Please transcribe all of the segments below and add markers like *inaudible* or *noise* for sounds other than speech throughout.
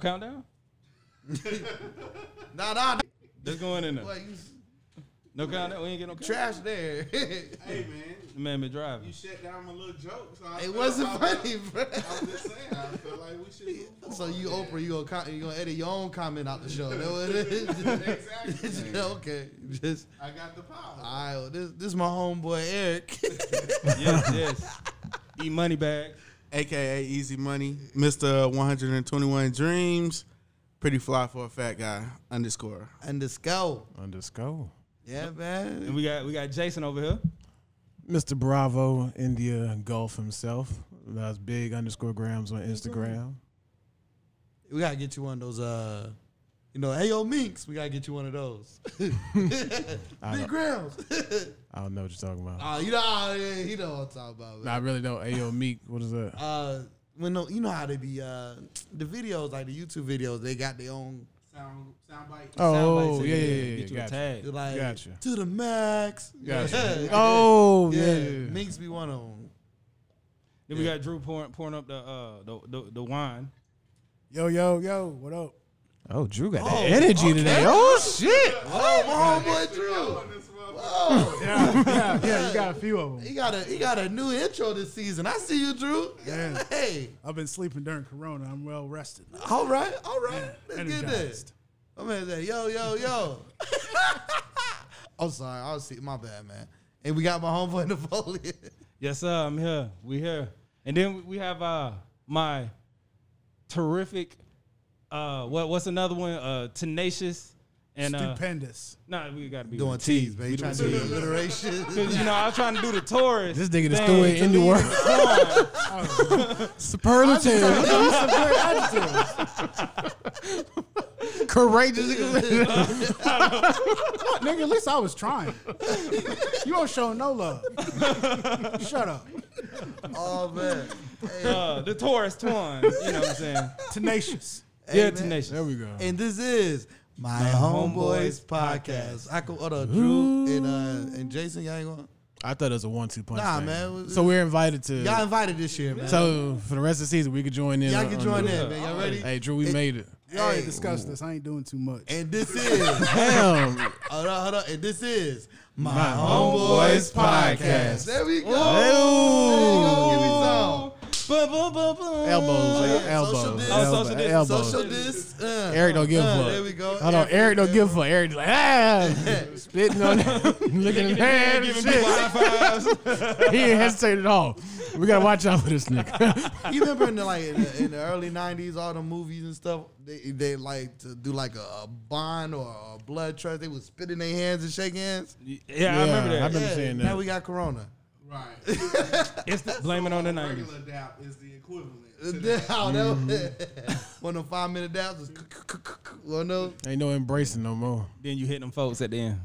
countdown? Nah, nah, nah. That's going in there. Like, you No countdown. We ain't get no countdown. trash there. *laughs* Hey man, The man been driving. you shut down my little joke. So I it felt- wasn't I felt- funny, bro. *laughs* I was just saying, I felt like we should. Move So on. you Yeah. Oprah, you gonna com- you gonna edit your own comment out the show. That what it is. *laughs* Exactly. okay, just I got the power. I this this my homeboy Eric. *laughs* *laughs* yes, yes. Eat money bags. AKA Easy Money, Mr. 121 Dreams, pretty fly for a fat guy, underscore. and the scout. Underscore. Yeah, And man. we got we got Jason over here. Mr. Bravo, India Gulf himself. That's big underscore grams on Instagram. We gotta get you one of those uh you know, hey yo Minx, we gotta get you one of those. Big grounds. I don't know what you're talking about. Oh, you know, oh, yeah, he know what I'm talking about. I Man. really don't. Ayo, Meek, what is that? Uh when no, you know how they be uh the videos like the YouTube videos, they got their own Sound, sound bite. Oh, Soundbites, yeah, yeah, yeah. yeah, Get you a gotcha. tag. they're like Gotcha. to the max. Gotcha. *laughs* *laughs* Yeah. Oh, *laughs* yeah. yeah. yeah. Minx be one of them. Then we got Drew pouring, pouring up the uh the, the the wine. Yo, yo, yo, what up? Oh, Drew got Oh, that energy today. Oh, shit. Oh, my homeboy Drew. Oh, yeah, yeah, yeah, you got a few of he got a he got a new intro this season. I see you, Drew. Yeah. Hey, I've been sleeping during Corona. I'm well rested. all right, all right. Let's get this. Energized. My man said, yo, *laughs* yo, yo. I'm sorry. I was see my bad, man. And we got my homeboy *laughs* Napoleon. Yes, sir. I'm here. We here. And then we have uh my terrific. Uh, what what's another one? Uh, tenacious and uh, Stupendous. nah, we gotta be Doing with the tease, man. You trying to do tease. alliteration. Cause *laughs* you know I was trying to do the Taurus. This nigga just thing threw it to in the lead word. the song. *laughs* Superlative. *laughs* Courageous. Nigga, at least I was trying. you don't show no love. Shut up. *laughs* Oh man. Hey, uh, the Taurus twine. You know what I'm saying? Tenacious. hey, yeah, man. tenacious. There we go. And this is my, Homeboys homeboys, podcast. I can order Drew and uh and Jason. Y'all ain't going. I thought it was a one-two punch. Nah, thing. man. So we're invited to. Y'all invited this year, man. so for the rest of the season, we could join in. y'all on- can on join the- in, man. Y'all ready? Hey, Drew, we made it. You already Hey. discussed this. I ain't doing too much. And this is. *laughs* Damn. Hold on, hold on. And this is my, My homeboys, Homeboys podcast. Podcast. There we go. Oh. There you go. Boom, boom, boom, boom. elbows, yeah, social elbows, distance. Oh, social distance, Give elbows, me some. elbows. Social dis. Uh, Eric don't give a uh, fuck. There we go. Hold on, Eric don't give a fuck. Eric's like ah, *laughs* spitting on, *laughs* looking in the hand, and shit. *laughs* He ain't hesitate at all. We gotta watch out for this nigga. *laughs* You remember in the like in the, in the early '90s, all the movies and stuff. They they like to do like a, a bond or a blood trust. They would spit in their hands and shake hands. Yeah, I remember Yeah, I that. remember seeing now that. we got Corona. Right. It's the, blame it on the nineties. Regular dap is the equivalent. *laughs* Oh, to that that. was- *laughs* One of the five minute dabs was one of those. ain't no embracing no more. Then you hit them folks at the end.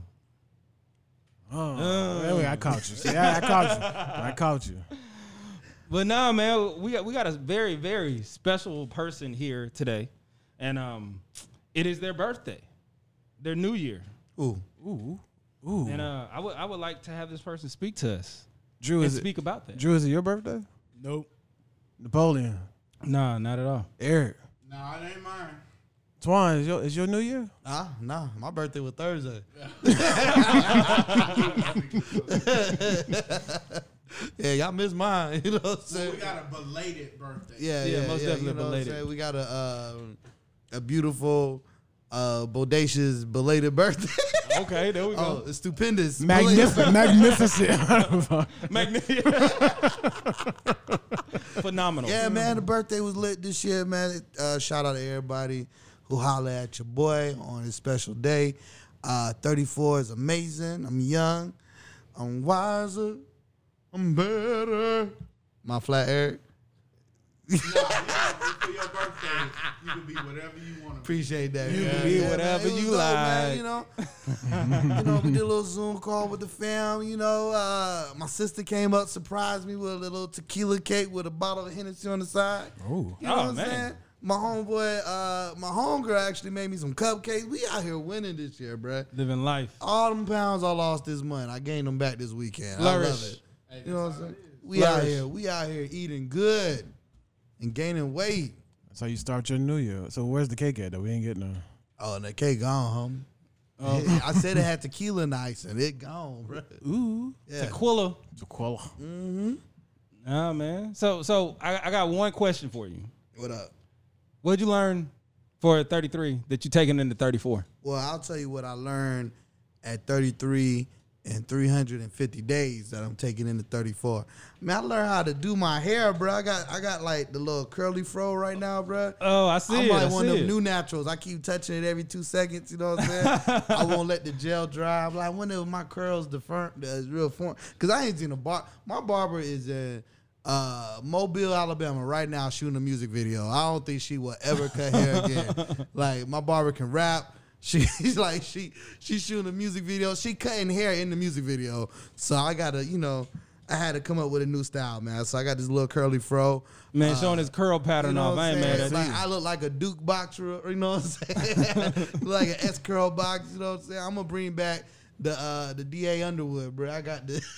Oh, Uh. anyway, I caught you. See, I, I caught you. I caught you. But nah, man, we got we got a very very special person here today, and um, it is their birthday, their new year, Ooh, Ooh, ooh. and uh, I would I would like to have this person speak to us Drew and is it, speak about that. Drew is it your birthday? nope. Napoleon, Nah, not at all. Eric, Nah, it ain't mine. Twan is your is your New Year? nah, Ah, nah. My birthday was *laughs* Thursday. *laughs* yeah, y'all missed mine. *laughs* You know what I'm saying? We got a belated birthday. yeah, yeah, Yeah, most yeah, definitely you know what I'm belated. saying? we got a um, a beautiful, uh, bodacious belated birthday. Okay, there we *laughs* oh, *laughs* go. it's stupendous, *laughs* Magnificent, magnificent. Magnificent. *laughs* Phenomenal. Yeah, man, the birthday was lit this year, man. Uh, shout out to everybody who holla at your boy on his special day. Uh, 34 is amazing. I'm young. I'm wiser. I'm better. My flat Eric. Nah, yeah, for your birthday, you can be whatever you want to be. Appreciate that. You man. can be man, whatever it was you dope, man, like. You know, *laughs* you know, we did a little Zoom call with the fam. You know, uh, my sister came up, surprised me with a little tequila cake with a bottle of Hennessy on the side. Ooh. You know Oh, what I'm man. saying? My homeboy, uh, my homegirl actually made me some cupcakes. We out here winning this year, bruh. Living life. All them pounds I lost this month, I gained them back this weekend. I love Flourish. it. you know what I'm saying? We out Flourish. here, we out here eating good and gaining weight. So you start your new year. So where's the cake at though? We ain't getting no. Oh, and the cake gone, homie. *laughs* I said it had tequila and ice, and it gone, bro. Ooh, Yeah. tequila. Tequila. Nah, man. So, so I, I got one question for you. What up? What'd you learn for 33 that you taking into 34? Well, I'll tell you what I learned at 33 and 350 days that I'm taking into 34. Man, I learned how to do my hair, bro. I got I got like the little curly fro right now, bro. Oh, I see I'm it. like I one see of it. them new naturals. I keep touching it every two seconds. You know what I'm saying? *laughs* I won't let the gel dry. I'm like, when are my curls the firm, the real form? Because I ain't seen a bar. My barber is in uh, Mobile, Alabama, right now shooting a music video. I don't think she will ever cut *laughs* hair again. like my barber can rap. She's like she *laughs* she's shooting a music video. She cutting hair in the music video. So I gotta, you know, I had to come up with a new style, man. So I got this little curly fro. Man, Uh, showing his curl pattern you know off. what I I'm ain't saying? mad at It's like, you. I look like a Duke boxer, you know *laughs* what I'm saying? *laughs* like an S curl box, you know what I'm saying? I'm gonna bring back the uh the DA Underwood, bro. I got the *laughs*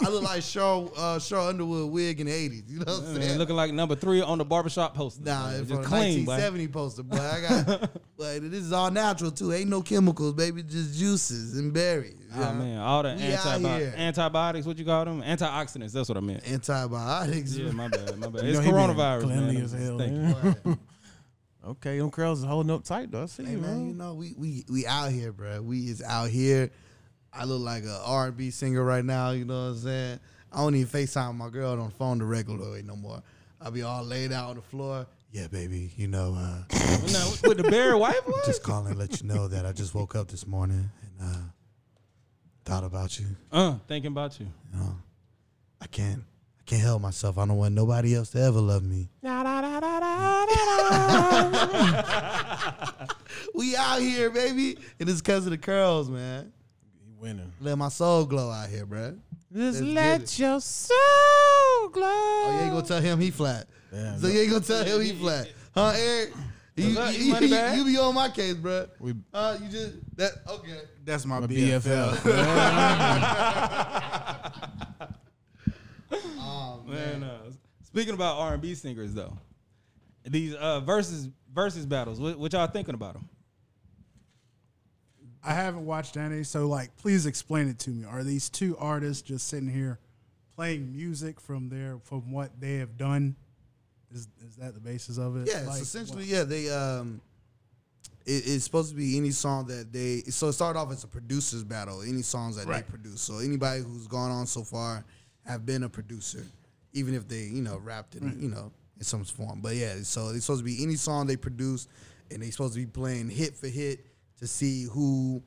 I look like Shaw uh Shaw Underwood wig in the 80s, you know what I'm Man, saying? looking like number three on the barbershop poster. Nah, Like, it's just from the clean, boy. 1970 poster, boy. *laughs* I got like this is all natural too. Ain't no chemicals, baby, just juices and berries. you Oh know? man, all the We out here. antibi- antibiotics. What you call them? Antioxidants. That's what I meant. Antibiotics. Yeah, my bad, *laughs* my bad. It's You know he been coronavirus, Cleanly man. I'm as just hell. thinking. man. bro. *laughs* Okay, them curls is holding up tight though. I see Hey you, man, you man. know we we we out here, bro. We is out here. I look like a R and B singer right now. You know what I'm saying? I don't even Facetime my girl on the phone the regular way no more. I be all laid out on the floor. Yeah, baby. You know, uh, No, *laughs* with the Barry White one. just calling to let you know that I just woke up this morning and uh, thought about you. Uh, thinking about you. You know, I can't I can't help myself. I don't want nobody else to ever love me. *laughs* We out here, baby, and it's because of the curls, man. He winning. Let my soul glow out here, bro. Just let let your soul glow. Oh, you ain't gonna tell him he flat. Damn, so no. you ain't gonna tell him he flat, huh, Eric? You, What's up, you- you money *laughs* you- bag? you be on my case, bro. We- uh, you just that okay? That's my, My BFL. BFL. Man, uh, speaking about R and B singers though, these uh, versus versus battles. What, what y'all thinking about them? I haven't watched any, so like, please explain it to me. Are these two artists just sitting here playing music from their from what they have done? Is is that the basis of it? Yeah, Like, it's essentially yeah. They um, it, it's supposed to be any song that they. So it started off as a producers battle. Any songs that Right. they produce. So anybody who's gone on so far have been a producer, even if they you know rapped in you know in some form. But yeah, so it's supposed to be any song they produce, and they supposed to be playing hit for hit to see who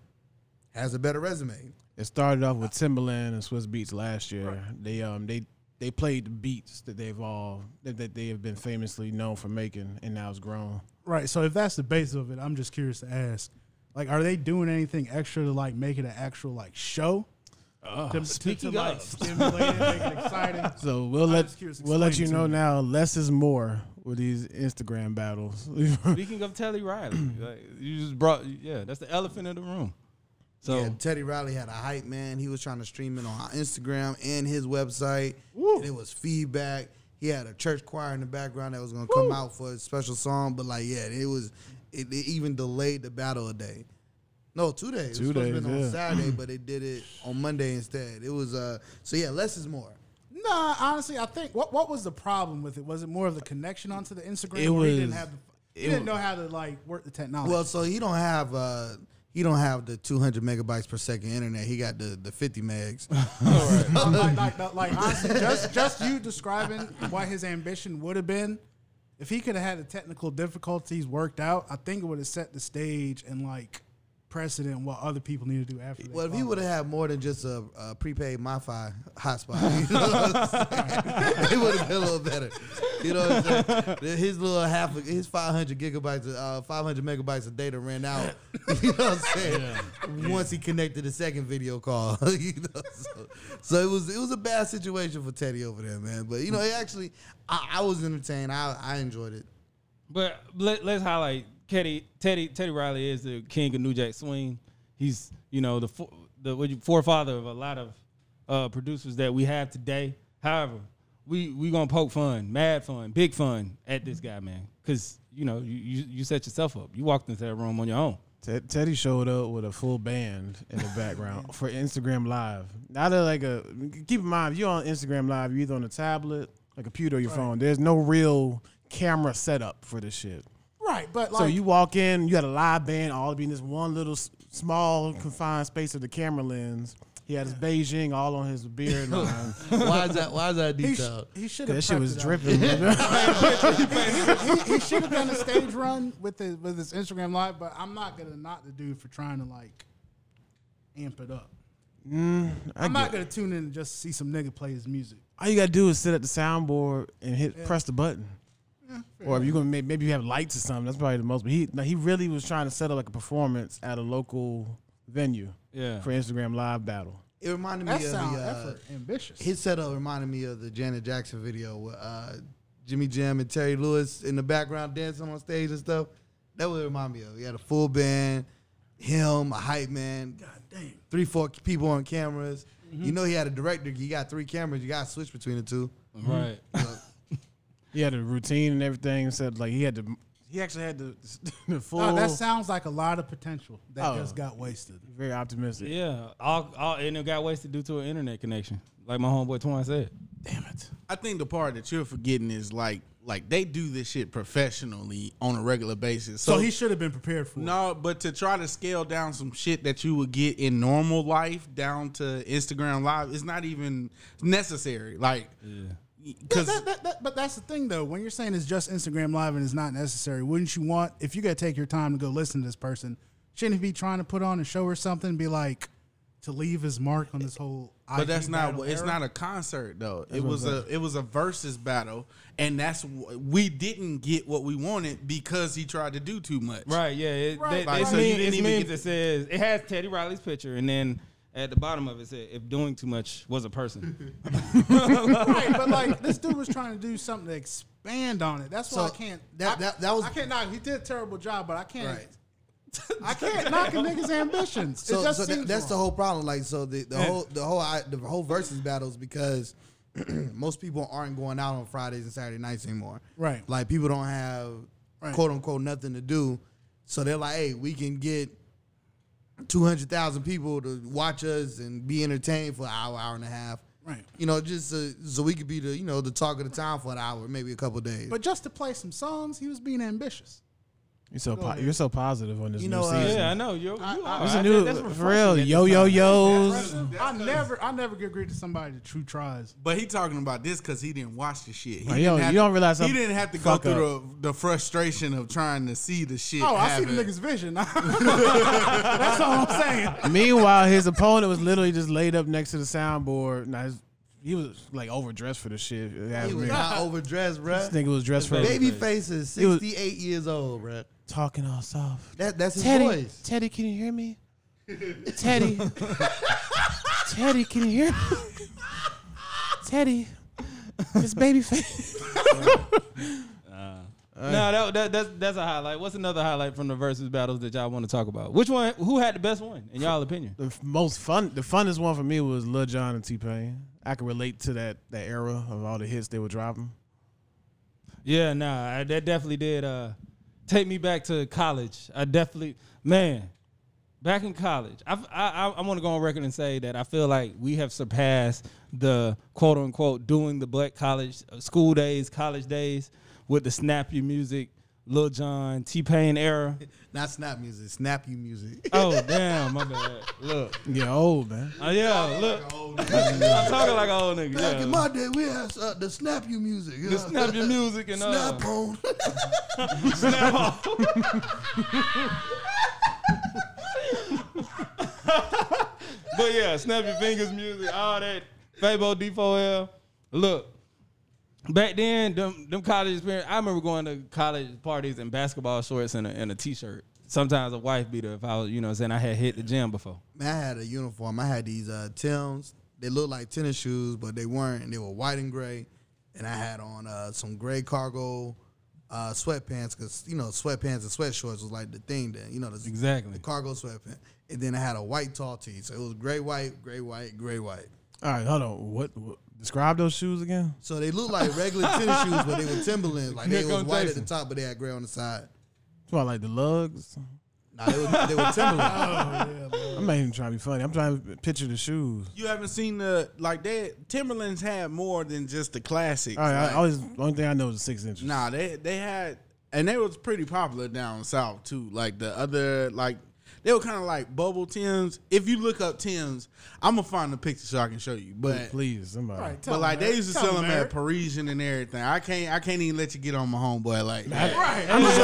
has a better resume. *laughs* It started off with Timberland and Swiss Beats last year. They um they they played the beats that they've all that, that they have been famously known for making, and now it's grown. Right. So if that's the basis of it, I'm just curious to ask, like, are they doing anything extra to like make it an actual like show? to, to- speaking to, like, of. stimulate it, make it exciting. Uh, *laughs* So we'll I'm let just curious, we'll let explain you to know me. now. Less is more with these Instagram battles. *laughs* Speaking of Telly *clears throat* Riley, like, you just brought yeah, that's the elephant in the room. So Yeah, Teddy Riley had a hype man. He was trying to stream it on Instagram and his website. And it was feedback. He had a church choir in the background that was gonna come out for a special song, but like, yeah, it was. It, it even delayed the battle a day. No, two days. Two it was supposed to days, been on yeah. *clears throat* Saturday, but they did it on Monday instead. It was uh. So yeah, less is more. Nah, honestly, I think what what was the problem with it? Was it more of the connection onto the Instagram? It or he didn't was- have the, he it didn't wa- know how to like work the technology. Well, so he don't have uh he don't have the 200 megabytes per second internet. He got the the 50 megs. like, *laughs* like, like, like, like, honestly, just just you describing what his ambition would have been if he could have had the technical difficulties worked out. I think it would have set the stage and like precedent what other people need to do after. they Well, if he follow. would have had more than just a, a prepaid MiFi hotspot, *laughs* you know what I'm saying? *laughs* it would have been a little better. You know what I'm saying? His little half, of, his 500 gigabytes, of, uh, 500 megabytes of data ran out. *laughs* You know what I'm saying? Once he connected the second video call, *laughs* you know. So, so it was it was a bad situation for Teddy over there, man. But you know, it actually, I, I was entertained. I, I enjoyed it. But let, let's highlight Teddy Teddy Teddy Riley is the king of New Jack Swing. He's you know the fo- the what you- forefather of a lot of uh, producers that we have today. However, we we gonna poke fun, mad fun, big fun at this guy, man. Cause you know you you, you set yourself up. You walked into that room on your own. Ted, Teddy showed up with a full band in the background for Instagram Live. Not a, like a keep in mind, if you're on Instagram Live, you're either on a tablet, a computer, or your phone. There's no real camera setup for this shit. Right, but like so you walk in, you had a live band, all be in this one little s- small confined space of the camera lens. He had his Beijing all on his *laughs* beard line. why is that? Why is that he, sh- detailed? he should have that shit prepped was it out. dripping. *laughs* man. he, he should have done a stage run with his with his Instagram live, but I'm not gonna knock the dude for trying to like amp it up. Mm, I I'm get not gonna tune in and just see some nigga play his music. all you gotta do is sit at the soundboard and hit press the button. or if you're gonna maybe, maybe you have lights or something, that's probably the most. But he no, he really was trying to set up like a performance at a local venue Yeah. for Instagram Live battle. It reminded me That of the, sound uh, effort ambitious. his setup reminded me of the Janet Jackson video with uh, Jimmy Jam and Terry Lewis in the background dancing on stage and stuff. That would remind me of. He had a full band, him, a hype man, God damn. three, four people on cameras. You know he had a director. He got three cameras. You got to switch between the two. Mm-hmm. Right. He had a routine and everything. Said like he had the he actually had the, *laughs* the full. No, Oh, that sounds like a lot of potential that Oh. just got wasted. very optimistic. Yeah. All, all and it got wasted due to an internet connection, like my homeboy Twine said. Damn it. I think the part that you're forgetting is like like they do this shit professionally on a regular basis. So, So, he should have been prepared for it. no, but to try to scale down some shit that you would get in normal life down to Instagram Live is not even necessary. Like, That- because that- that- that- but that's the thing though. When you're saying it's just Instagram live and it's not necessary, wouldn't you want if you gotta take your time to go listen to this person, shouldn't he be trying to put on a show or something? Be like to leave his mark on this whole. But that's not. what It's not a concert though. It was a. It was a versus battle, and that's wh- we didn't get what we wanted because he tried to do too much. Right. Yeah. It, They, Like, it's so you meme- didn't it's even memes get- that says it has Teddy Riley's picture, and then at the bottom of it said, "If doing too much was a person." *laughs* right, but like this dude was trying to do something to expand on it. That's why I So, can't. that- I- that- that was- I can't knock. He did a terrible job, but I can't. Right. *laughs* I can't knock a nigga's ambitions. it So, just so that- seems that's the wrong. whole problem. Like, so the, the whole the whole I, the whole versus battles because *clears throat* most people aren't going out on Fridays and Saturday nights anymore. Right. Like people don't have Right. quote unquote nothing to do, so they're like, hey, we can get two hundred thousand people to watch us and be entertained for an hour, hour and a half. Right. You know, just uh, so we could be the you know the talk of the town for an hour, maybe a couple days. But just to play some songs, he was being ambitious. You're so po- you're so positive on this You new know, uh, season. yeah, I know. Yo, you I- are. It's a I new think that's for refreshing real at this yo yo time. yo's. I never, I never give credit to somebody that true tries. But he talking about this because he didn't watch the shit. He Like, didn't yo, have you to- don't realize he I'm- didn't have to go fuck through the, the frustration of trying to see the shit. Oh, I see the happen. nigga's vision. *laughs* that's all I'm saying. Meanwhile, his opponent was literally just laid up next to the soundboard. Now his, he was like overdressed for the shit. That he was nigga- not overdressed, bruh. this nigga was dressed for Babyface is He was- sixty eight years old, bruh. talking all soft. That that's his Teddy, voice. Teddy, can you hear me? *laughs* Teddy, Teddy, can you hear me? Teddy, it's Babyface. No, that, that, that's that's a highlight. What's another highlight from the versus battles that y'all want to talk about? Which one? Who had the best one in y'all opinion? The f- most fun, the funnest one for me was Lil Jon and T Pain. I can relate to that that era of all the hits they were dropping. Yeah, nah, I, that definitely did uh, take me back to college. I definitely, man, back in college, I I, I, I want to go on record and say that I feel like we have surpassed the quote unquote doing the black college uh, school days, college days with the snappy music, Lil Jon, T Pain era. Not snap music, snap you music. *laughs* Oh damn, my bad. Look, Get old man. uh, yeah, look, *laughs* I'm talking like an old nigga. Back in yeah. my day, we had uh, the snap you music. The snap your music and uh, Snap on. *laughs* snap off. but yeah, snap your fingers music, all that. Fabo D4L. Look, back then, them, them college experience, I remember going to college parties in basketball shorts and a, and a t-shirt. Sometimes a wife beater if I was, you know what I'm saying, I had hit the gym before. Man, I had a uniform. I had these uh, Tim's. They looked like tennis shoes, but they weren't. And they were white and gray. And I had on uh, some gray cargo uh, sweatpants because, you know, sweatpants and sweat shorts was like the thing then. You know, the, Exactly. the cargo sweatpants. And then I had a white tall tee. So it was gray, white, gray, white, gray, white. All right, hold on. What, what Describe those shoes again. So they look *laughs* like regular tennis shoes, but they were Timberland. Like they Here was comes white at the Jason. top, but they had gray on the side. It's about like the lugs. Nah, they were, they *laughs* were Timberland. Oh, I'm not even trying to be funny. I'm trying to picture the shoes. You haven't seen the like they Timberlands had more than just the classics. All right, Oh, I like- always only thing I know is the six inches. Nah, they they had and they was pretty popular down south too. Like the other like they were kind of like bubble Tims. If you look up Tims, I'm gonna find the picture so I can show you. But please somebody. All right, tell but like him, they Eric. used to Tell sell him, them at Eric. Parisian and everything. I can't I can't even let you get on my homeboy like that. Right. I'm just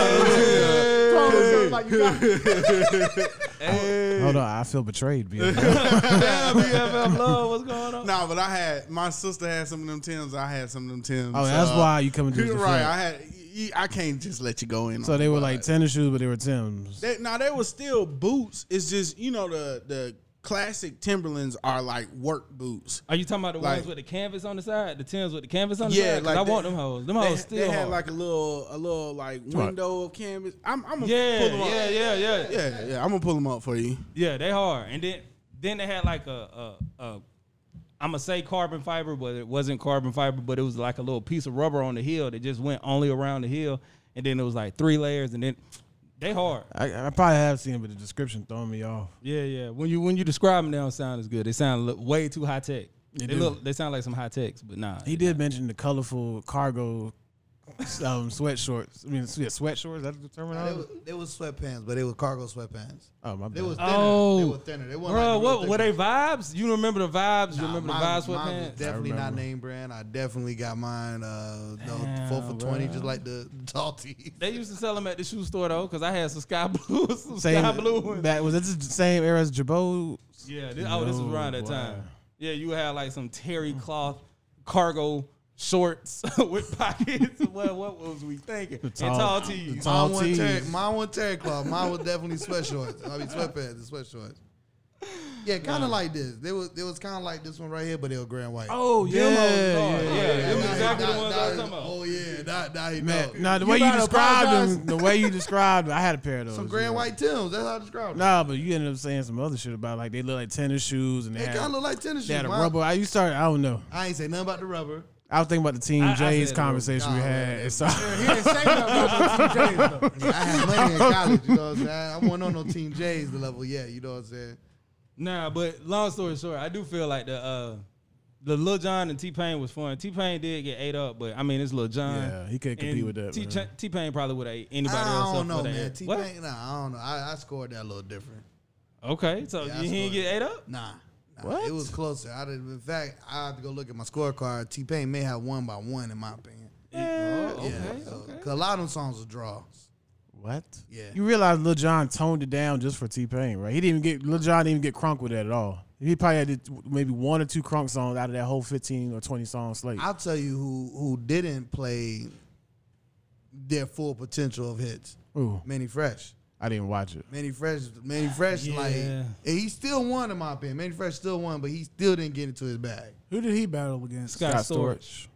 *laughs* trying like you got *laughs* Hold on, I feel betrayed. BFF. Damn, *laughs* BFF love, what's going on? No, but I had my sister had some of them Tims. I had some of them Tims. oh, that's why you coming to You're *laughs* the right. I right. had you- I can't just let you go in. So on they the were boy like that. tennis shoes, but they were Tim's. They, now they were still boots. It's just you know the the classic Timberlands are like work boots. Are you talking about the Like- ones with the canvas on the side? The tens with the canvas on the Yeah, side? 'Cause like I they- want them hoes. Them They, hoes they still had hard. like a little a little like window of canvas. I'm I'm gonna pull yeah, them up. yeah, yeah, yeah, yeah. yeah, yeah. I'm gonna pull them up for you. they hard. And then then they had like a a, a I'm gonna say carbon fiber, but it wasn't carbon fiber, but it was like a little piece of rubber on the heel that just went only around the heel, and then it was like three layers, and then they hard. I, I probably have seen, it, but the description throwing me off. Yeah, yeah. When you when you describe them, they don't sound as good. They sound look way too high tech. They, do. look they sound like some high techs, but nah. He did mention the colorful cargo um, sweat shorts. I mean, yeah, sweat shorts. That's They the terminology. were, they were sweatpants, but they were cargo sweatpants. Oh my bad. They were thinner. Oh, they were thinner. They weren't bro, like the real what thick were ones. they vibes? You remember the vibes? you Nah, remember the mine- vibes? mine was Sweatpants? Definitely not remember. name brand. I definitely got mine. Uh, no, Damn, four for twenty, bro. just like the, the tall tees. They used to sell them at the shoe store though, because I had some sky *laughs* blue, some sky same blue ones. That was this the same era as Jabot. Yeah, this, oh, this was around that No time. way. Yeah, you had like some terry cloth cargo shorts *laughs* with pockets. *laughs* what, what was we thinking? and tall- tall the tees. *laughs* tall- Mine wasn't terry, tees. mine wasn't terry cloth. Mine was definitely sweatshorts. I mean sweatpants and sweatshorts. Yeah, kind of like this. They was it was kind of like this one right here, but they were gray and white. Oh yeah, yeah, yeah, yeah. Yeah, It was nah, exactly nah, the ones nah, I was talking about. Oh yeah, nah, nah, he Man, know. no, the You way you better described apologize. them, the way you described, 'em, I had a pair of those. some gray and yeah. white Tims. That's how I described them. Nah, but you ended up saying some other shit about like they look like tennis shoes and they, They had, kind of look like tennis they shoes. had a Mine- rubber. I, you started. I don't know. I ain't say nothing about the rubber. I was thinking about the Team I- I J's said, conversation we nah, had. man. It's all- He didn't say nothing about those TJs, *laughs* though. I had money in college. You know what I'm saying? I wasn't on no Team J's the level yet. You know what I'm saying? Nah, but long story short, I do feel like the uh, the Lil John and T Pain was fun. T Pain did get ate up, but I mean it's Lil John. Yeah, he couldn't compete with that, man. T Pain probably would have ate anybody I else. up don't for know, that. man. T What? Pain, nah, I don't know. I, I scored that a little different. Okay, so Yeah, I you didn't scored. get ate up. Nah. nah, What? It was closer. I did, in fact, I have to go look at my scorecard. T Pain may have won by one, in my opinion. Oh, okay, Yeah. so- okay. 'cause a lot of them songs are draws. *laughs* What? Yeah. You realize Lil Jon toned it down just for T Pain, right? He didn't even get Lil Jon didn't even get crunk with that at all. He probably had to- maybe one or two crunk songs out of that whole fifteen or twenty song slate. I'll tell you who who didn't play their full potential of hits. Ooh, Manny Fresh. I didn't watch it. Manny Fresh, Manny Fresh, like Yeah. and he still won in my opinion. Manny Fresh still won, but he still didn't get into his bag. Who did he battle against? Scott Storch.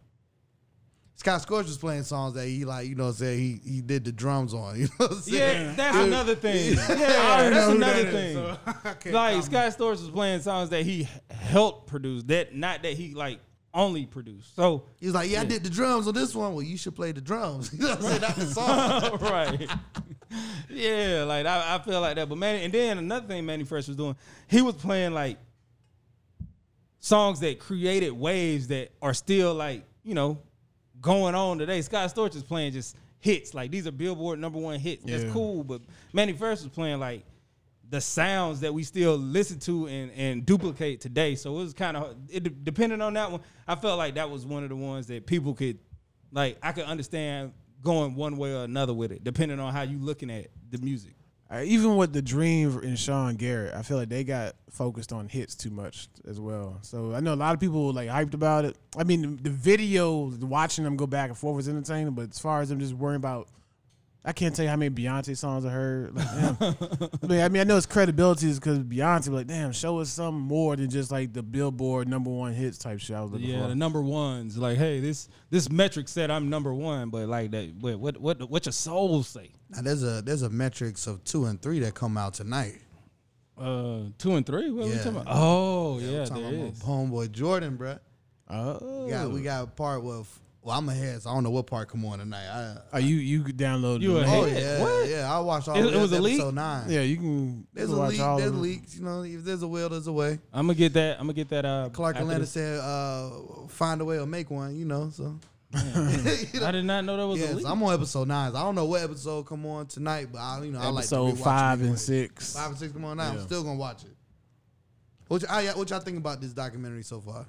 Scott Scorch was playing songs that he like, you know, what I'm saying he he did the drums on. *laughs* You know, what I'm saying? Yeah, that's another thing. *laughs* Yeah, that's another thing. *laughs* like Scott Storch was playing songs that he helped produce, that not that he like only produced. So *laughs* He was like, yeah, I did the drums on this one. Well, you should play the drums. *laughs* You know what I'm saying? Not the song. right. yeah, like I, I feel like that. But man, and then another thing Manny Fresh was doing, he was playing like songs that created waves that are still like, you know, going on today. Scott Storch is playing just hits. Like these are Billboard number one hits. That's Yeah. cool. But Manny Fresh was playing like the sounds that we still listen to and, and duplicate today. So it was kind of it de- depending on that one. I felt like that was one of the ones that people could like I could understand going one way or another with it, depending on how you looking at the music. Uh, even with the Dream and Sean Garrett, I feel like they got focused on hits too much as well. So I know a lot of people were like hyped about it. I mean, the, the video, watching them go back and forth was entertaining, but as far as them just worrying about, I can't tell you how many Beyonce songs I heard. *laughs* Like, damn. I, mean, I mean, I know it's credibility is because Beyonce, but like, damn, show us something more than just like the Billboard number one hits type shit. I was looking Uh-huh. Yeah, for. the number ones. Like, hey, this this metric said I'm number one, but like that, but what what what your soul say? Now there's a there's a metrics of two and three that come out tonight. Uh, two and three. What are we Yeah. talking about? Oh yeah, Talking there about my is. Oh. homeboy Jordan, bruh. Oh, We got, we got a part with. Well, I'm ahead, so I don't know what part come on tonight. I, Oh, you you downloaded? You the a link. oh Ahead? yeah, What? yeah. I watched all. It- the it was a leak? Episode nine. Yeah, you can. There's you a can watch leak. all of There's them. leaks. You know, if there's a will, there's a way. I'm gonna get that. I'm gonna get that. Uh, Clark after Atlanta this. said, uh, "Find a way or make one." You *laughs* know, so. *laughs* You know? I did not know that was Yes, a leak. I'm on episode nine. I don't know what episode come on tonight, but I, you know, I like to Episode rewatch it five and anyway. six. Five and six come on now. I'm Yeah. still gonna watch it. What, y- I, what y'all think about this documentary so far?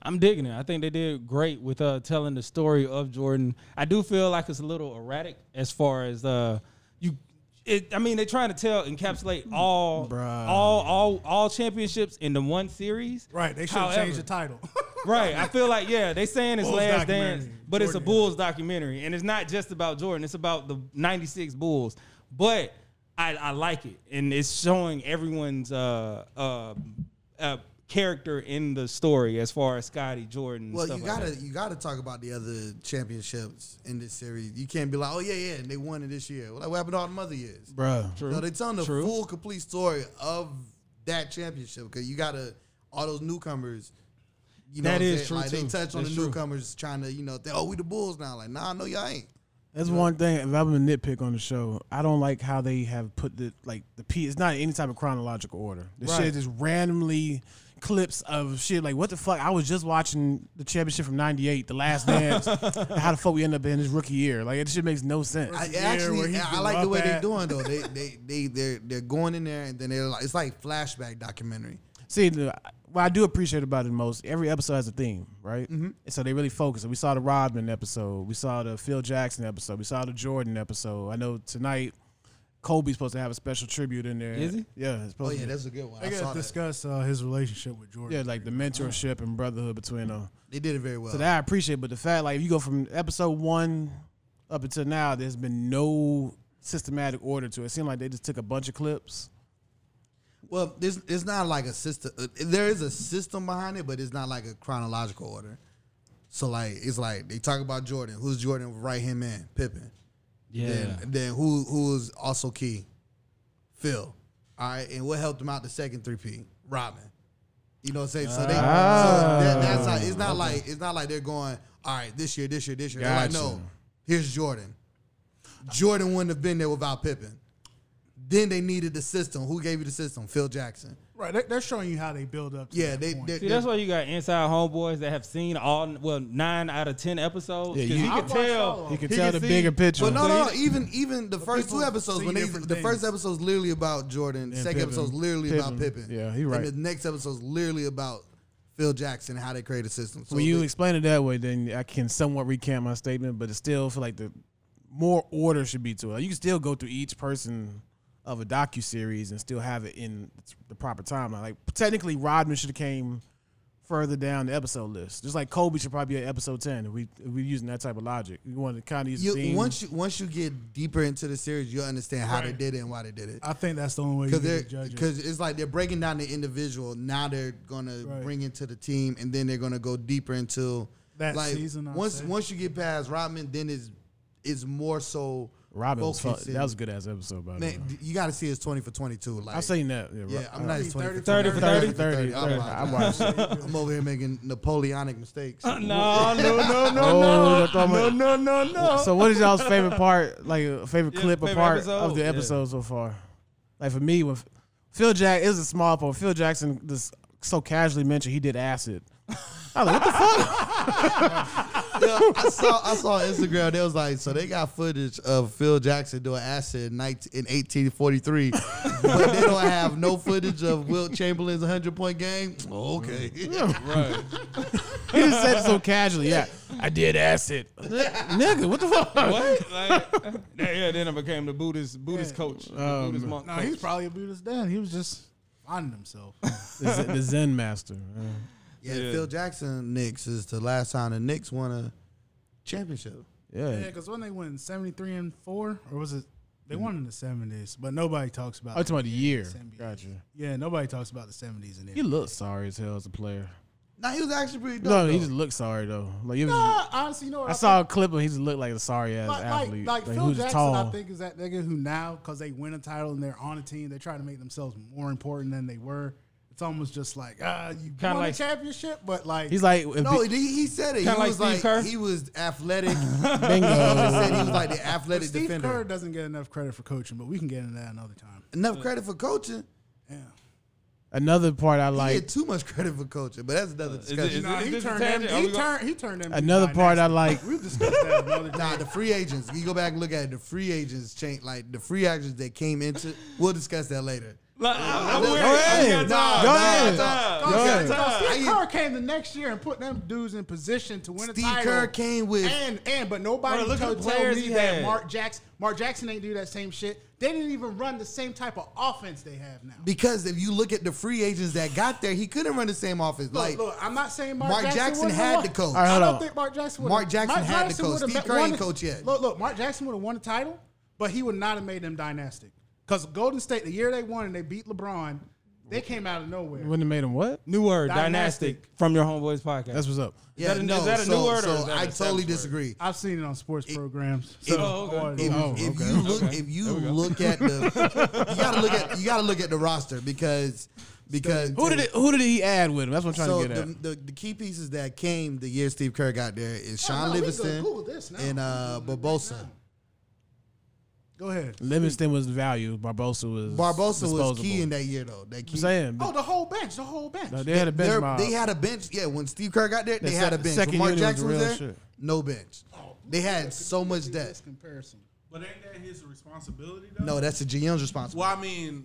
I'm digging it. I think they did great with uh, telling the story of Jordan. I do feel like it's a little erratic as far as uh, you. It, I mean, they're trying to tell encapsulate all, Bruh. all, all, all championships in the one series. Right, they should have However- changed the *laughs* title. Right. I feel like yeah, they saying it's Bulls last documentary. dance, but it's a Jordan. Bulls documentary, and it's not just about Jordan. It's about the '96 Bulls. But I, I like it, and it's showing everyone's uh, uh, uh, character in the story as far as Scotty Jordan. and Well, stuff you like gotta that. you gotta talk about the other championships in this series. You can't be like, oh yeah, yeah, and they won it this year. Well, like what happened all the other years? Bruh. So they're telling the full complete story of that championship because you gotta all those newcomers. You know That what I'm is saying? true, Like they too. touch on That's the true. newcomers trying to you know, think, oh we the Bulls now. Like nah, no y'all ain't. That's one thing. If I'm a nitpick on the show, I don't like how they have put the like the P. It's not any type of chronological order. The shit is randomly clips of shit. Like what the fuck? I was just watching the championship from '98, the last dance. and how the fuck we end up in this rookie year? Like it shit makes no sense. I Yeah, where actually, he's I been like the up way they're at. doing though. They they they they're they're going in there and then they're like it's like flashback documentary. See, the, what I do appreciate about it most, every episode has a theme, right? Mm-hmm. So they really focus. We saw the Rodman episode. We saw the Phil Jackson episode. We saw the Jordan episode. I know tonight Kobe's supposed to have a special tribute in there. Is he? Yeah. It's Oh supposed yeah, to. that's a good one. they I saw gotta that. discuss uh, his relationship with Jordan. yeah, like the mentorship and brotherhood between them. They did it very well. So that I appreciate. But the fact, like, if you go from episode one up until now, there's been no systematic order to it. It seemed like they just took a bunch of clips. well, there's it's not like a system. uh, There is a system behind it, but it's not like a chronological order. So like it's like they talk about Jordan. Who's Jordan right hand man? Pippen. Yeah. Then then who who is also key? Phil. All right, and what helped him out the second three P? Robin. You know what I'm saying? So they so that, that's how it's not like it's not like they're going, all right, this year, this year, this year. They're like, no, Gotcha. here's Jordan. Jordan wouldn't have been there without Pippen. Then they needed the system. Who gave you the system? Phil Jackson. Right, they, they're showing you how they build up. To Yeah, that they, point. they, See, that's why you got inside homeboys that have seen all well nine out of ten episodes. Yeah, 'Cause you- he I can watched all tell. of You them. can He tell can the see- bigger picture. But no, So no, he even even the first two people episodes see when they different the first things. episode's literally about Jordan, the second Pippen. episode's literally about Pippen. Pippen. Yeah, he right. And the next episode's literally about Phil Jackson and how they create a system. So when you they- explain it that way, then I can somewhat recant my statement, but it still feel like the more order should be to it. Like, you can still go through each person of a docu series and still have it in the proper timeline. Like technically, Rodman should have came further down the episode list. Just like Kobe should probably be at episode ten. If we if we're using that type of logic. We want to kind of use you- the theme. once you once you get deeper into the series, you'll understand how they Right. did it and why they did it. I think that's the only way you Because can they're judge it. because it's like they're breaking down the individual. Now they're gonna Right. bring into the team, and then they're gonna go deeper into That like season, I'd once say. once you get past Rodman, then it's it's more so. Robin was fun. focused in- that was a good ass episode by the way. Man, d- you got to see his twenty for twenty two. Like I've seen that. Yeah, yeah, Rob- I'm not his 20 for 30 20. for 30. 30. I watched *laughs* it. I'm over here making Napoleonic *laughs* *laughs* mistakes. No, no, no, no, Oh, no, that's all no, my- no, no, no. So what is y'all's favorite part, like uh, favorite Yeah, clip or favorite part of episode, the yeah. episode so far? Like for me, with Phil Jack it was a small part. Phil Jackson just so casually mentioned he did acid. I was like, what the fuck? Yeah, I saw I saw on Instagram. They was like, so they got footage of Phil Jackson doing acid in 19 in 1843, but they don't have no footage of Wilt Chamberlain's 100 point *laughs* game. Oh, okay, He just said it so casually. Yeah, I did acid, nigga. What the fuck? *laughs* What? Like, yeah, then I became the Buddhist Buddhist coach, the Buddhist monk. No, coach. he's probably a Buddhist dad. He was just finding himself. The Zen, the Zen master. Uh, yeah, Phil Jackson Knicks is the last time the Knicks won a championship. yeah. yeah, because when they went 73 and 4, or was it? They won in the 70s, but nobody talks about I'm Oh, talking about the year. NBA. Gotcha. Yeah, nobody talks about the 70s in He it. looked sorry as hell as a player. Now he was actually pretty dope. No, though. he just looked sorry though. Like it was. Nah, Uh, honestly, you know what? I saw a clip of he just looked like a sorry ass Like, athlete. like, like, Like, he Phil was Jackson, tall. I think is that nigga who now because they win a title and they're on a team, they're trying to make themselves more important than they were. it's almost just like ah, you Kinda won like- the championship, but like He's like, if No, B- he, he said it. Kinda he like was Steve like Kerr. he was athletic. he bingo. *laughs* said he was like the athletic Steve defender. Kerr doesn't get enough credit for coaching, but we can get into that another time. Enough credit for coaching. Yeah, Another part I He like. get too much *laughs* credit for coaching, but that's another it- discussion. Uh, is nah, it- he this a turned tangent? Are him. we He gonna- turned. He turned him. Another part I like. We'll discuss that *laughs* another time. Nah, the free agents. You go back and look at it, the free agents change like the free agents that came into. We'll discuss that later. Like, I, I'm Go weird. ahead. I got time. Go I ahead. got Go time. I ahead. got time. Steve I- Kerr came the next year and put them dudes in position to win a Steve title. Kerr came with- and and but nobody Bro, look at tell, the tell players me he that had. Mark Jackson Mark Jackson ain't do that same shit. They didn't even run the same type of offense they have now. Because if you look at the free agents that got there, he couldn't run the same offense. Look, Like look, I'm not saying Mark, Mark Jackson wouldn't had have to won. coach. All right, I hold don't on. think Mark Jackson would. Mark Jackson had to coach. Steve Kerr ain't coach yet. Look, look, Mark Jackson would have won a title, but he would not have made them dynastic. Because Golden State, the year they won and they beat LeBron, they came out of nowhere. Wouldn't have made him what? New word, Dynastic. dynastic, from your homeboys podcast. That's what's up. yeah, that a- no, is that a new so, word or so is that an I totally established word? disagree. I've seen it on sports programs. it- So Oh, okay. If, Oh, if okay. you look, Okay. if you look at the, you gotta look at you gotta look at the roster because because Who did it, Who did he add with him? That's what I'm trying so to get the, at. The, the key pieces that came the year Steve Kerr got there is Sean Oh, no, we Livingston could Google this now. and uh, We could Google this Barbosa. now. Go ahead. Livingston was value. Barbosa was Barbosa was disposable. key in that year though. That key, I'm saying Oh, the whole bench, the whole bench. no, they had a They're- bench mob. They had a bench. Yeah, when Steve Kerr got there, they had sec- a bench. second When Mark unit was Jackson was, the real there, shit. no bench. They had so much This depth. comparison. But ain't that his responsibility though? No, that's the GM's responsibility. Well, I mean,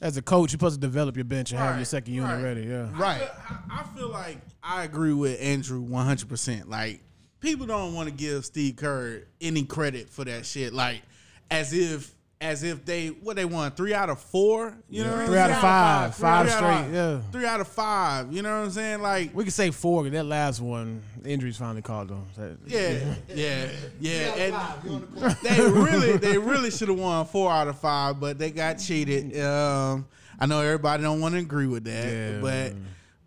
As a coach, you're supposed to develop your bench and have your Right, second unit right. ready. Yeah. Right. I, I feel like I agree with Andrew 100%. Like, people don't want to give Steve Kerr any credit for that shit. Like, as if, as if they, what they won, three out of four? You know what I'm Three out of saying? five, five Three out of- straight. Yeah. Three out of five. You know what I'm saying? Like, We could say four. 'cause That last one, the injuries finally called them. yeah, yeah, yeah. And they really, they really should have won four out of five, but they got cheated. Um, I know everybody don't want to agree with that, Yeah. but,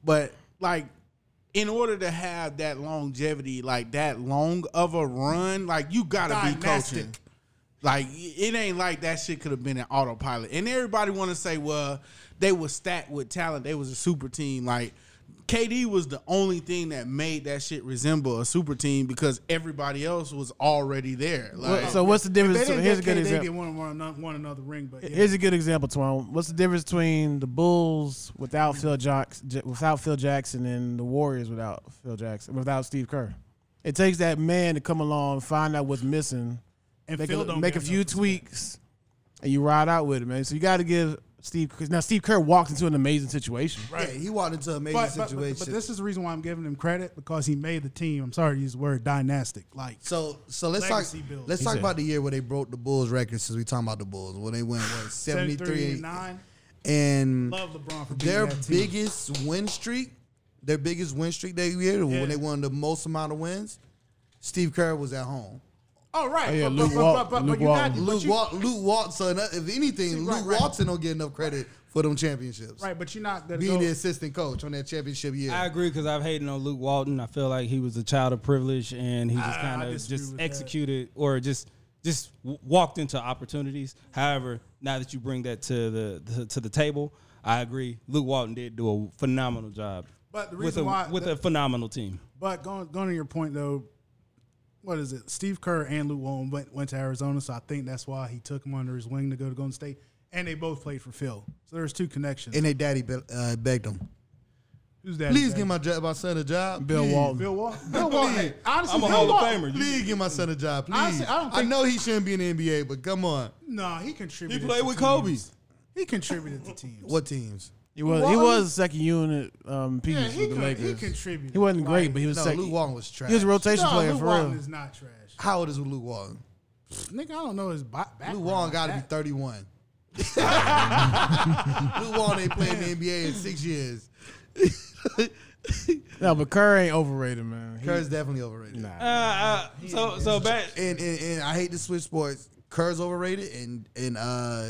but like, in order to have that longevity, like that long of a run, like you gotta be Dynastic. coaching. Like it ain't like that shit could have been an autopilot. And everybody want to say, well, they were stacked with talent. They was a super team. Like KD was the only thing that made that shit resemble a super team because everybody else was already there. Like What- so what's the They difference? didn't here's a get, good K- they example. get one, one, another- one another ring, but yeah. Here's a good example, Twan. What's the difference between the Bulls without Mm. Phil Jackson, without Phil Jackson, and the Warriors without Phil Jackson, without Steve Kerr? It takes that man to come along, find out what's missing, And make Phil a, don't make a get few enough respect. tweaks, and you ride out with it, man. So you got to give Steve. Kerr- Now Steve Kerr walked into an amazing situation. Yeah, he walked into an amazing But, but, situation. but, but this is the reason why I'm giving him credit because he made the team. I'm sorry to use the word dynastic. Like so so let's talk Legacy build. let's talk about the year where they broke the Bulls record since we talking about the Bulls when they went *sighs* what 73 73 and 9. and Love LeBron for being their that team. biggest win streak, their biggest win streak they year Yeah. when they won the most amount of wins, Steve Kerr was at home. Oh, right. Oh, yeah, but, Luke but, but- Walton- but- but Luke you're not- Walton. but Luke you- Walt, Luke Watson, uh, if anything, Luke right, right. Watson don't get enough credit for them championships. Right, but you're not going to Being go. the assistant coach on that championship year. I agree because I've hated on Luke Walton. I feel like he was a child of privilege and he just I kind of disagree just with that. executed or just just w- walked into opportunities. However, now that you bring that to the to, to the table, I agree. Luke Walton did do a phenomenal job. But the with reason a, why- with the- a phenomenal team, But going going to your point though, what is it? Steve Kerr and Luke Walton went, went to Arizona, so I think that's why he took him under his wing to go to Golden State, and they both played for Phil. So there's two connections. and their daddy be- uh, begged them, Who's that? please give my, jo- my son a job. Bill please. Walton. Bill Walton. Bill Walton. hey, honestly, I'm a Bill Hall of Walton- Famer. Please give my son a job. Please. Honestly, I I, don't think- know he shouldn't be in the NBA, but come on. No, he contributed. played to with teams. Kobe. He contributed to teams. What teams? He was he Walton? was second unit um, piece Yeah, he, with the con- he Lakers. He, contributed. wasn't Like, great, but he was No, second. Luke Walton was trash. he was a rotation no, player Luke for Walton real. is not trash. How old is Luke Walton? Nigga, I don't know his bi- background. Luke Walton like got to be that. 31. Luke Walton ain't played in the NBA in six years. No, but Kerr ain't overrated, man. He- Kerr's definitely overrated. uh, uh, so so back And, and and I hate to switch sports. Kerr's overrated, and and uh,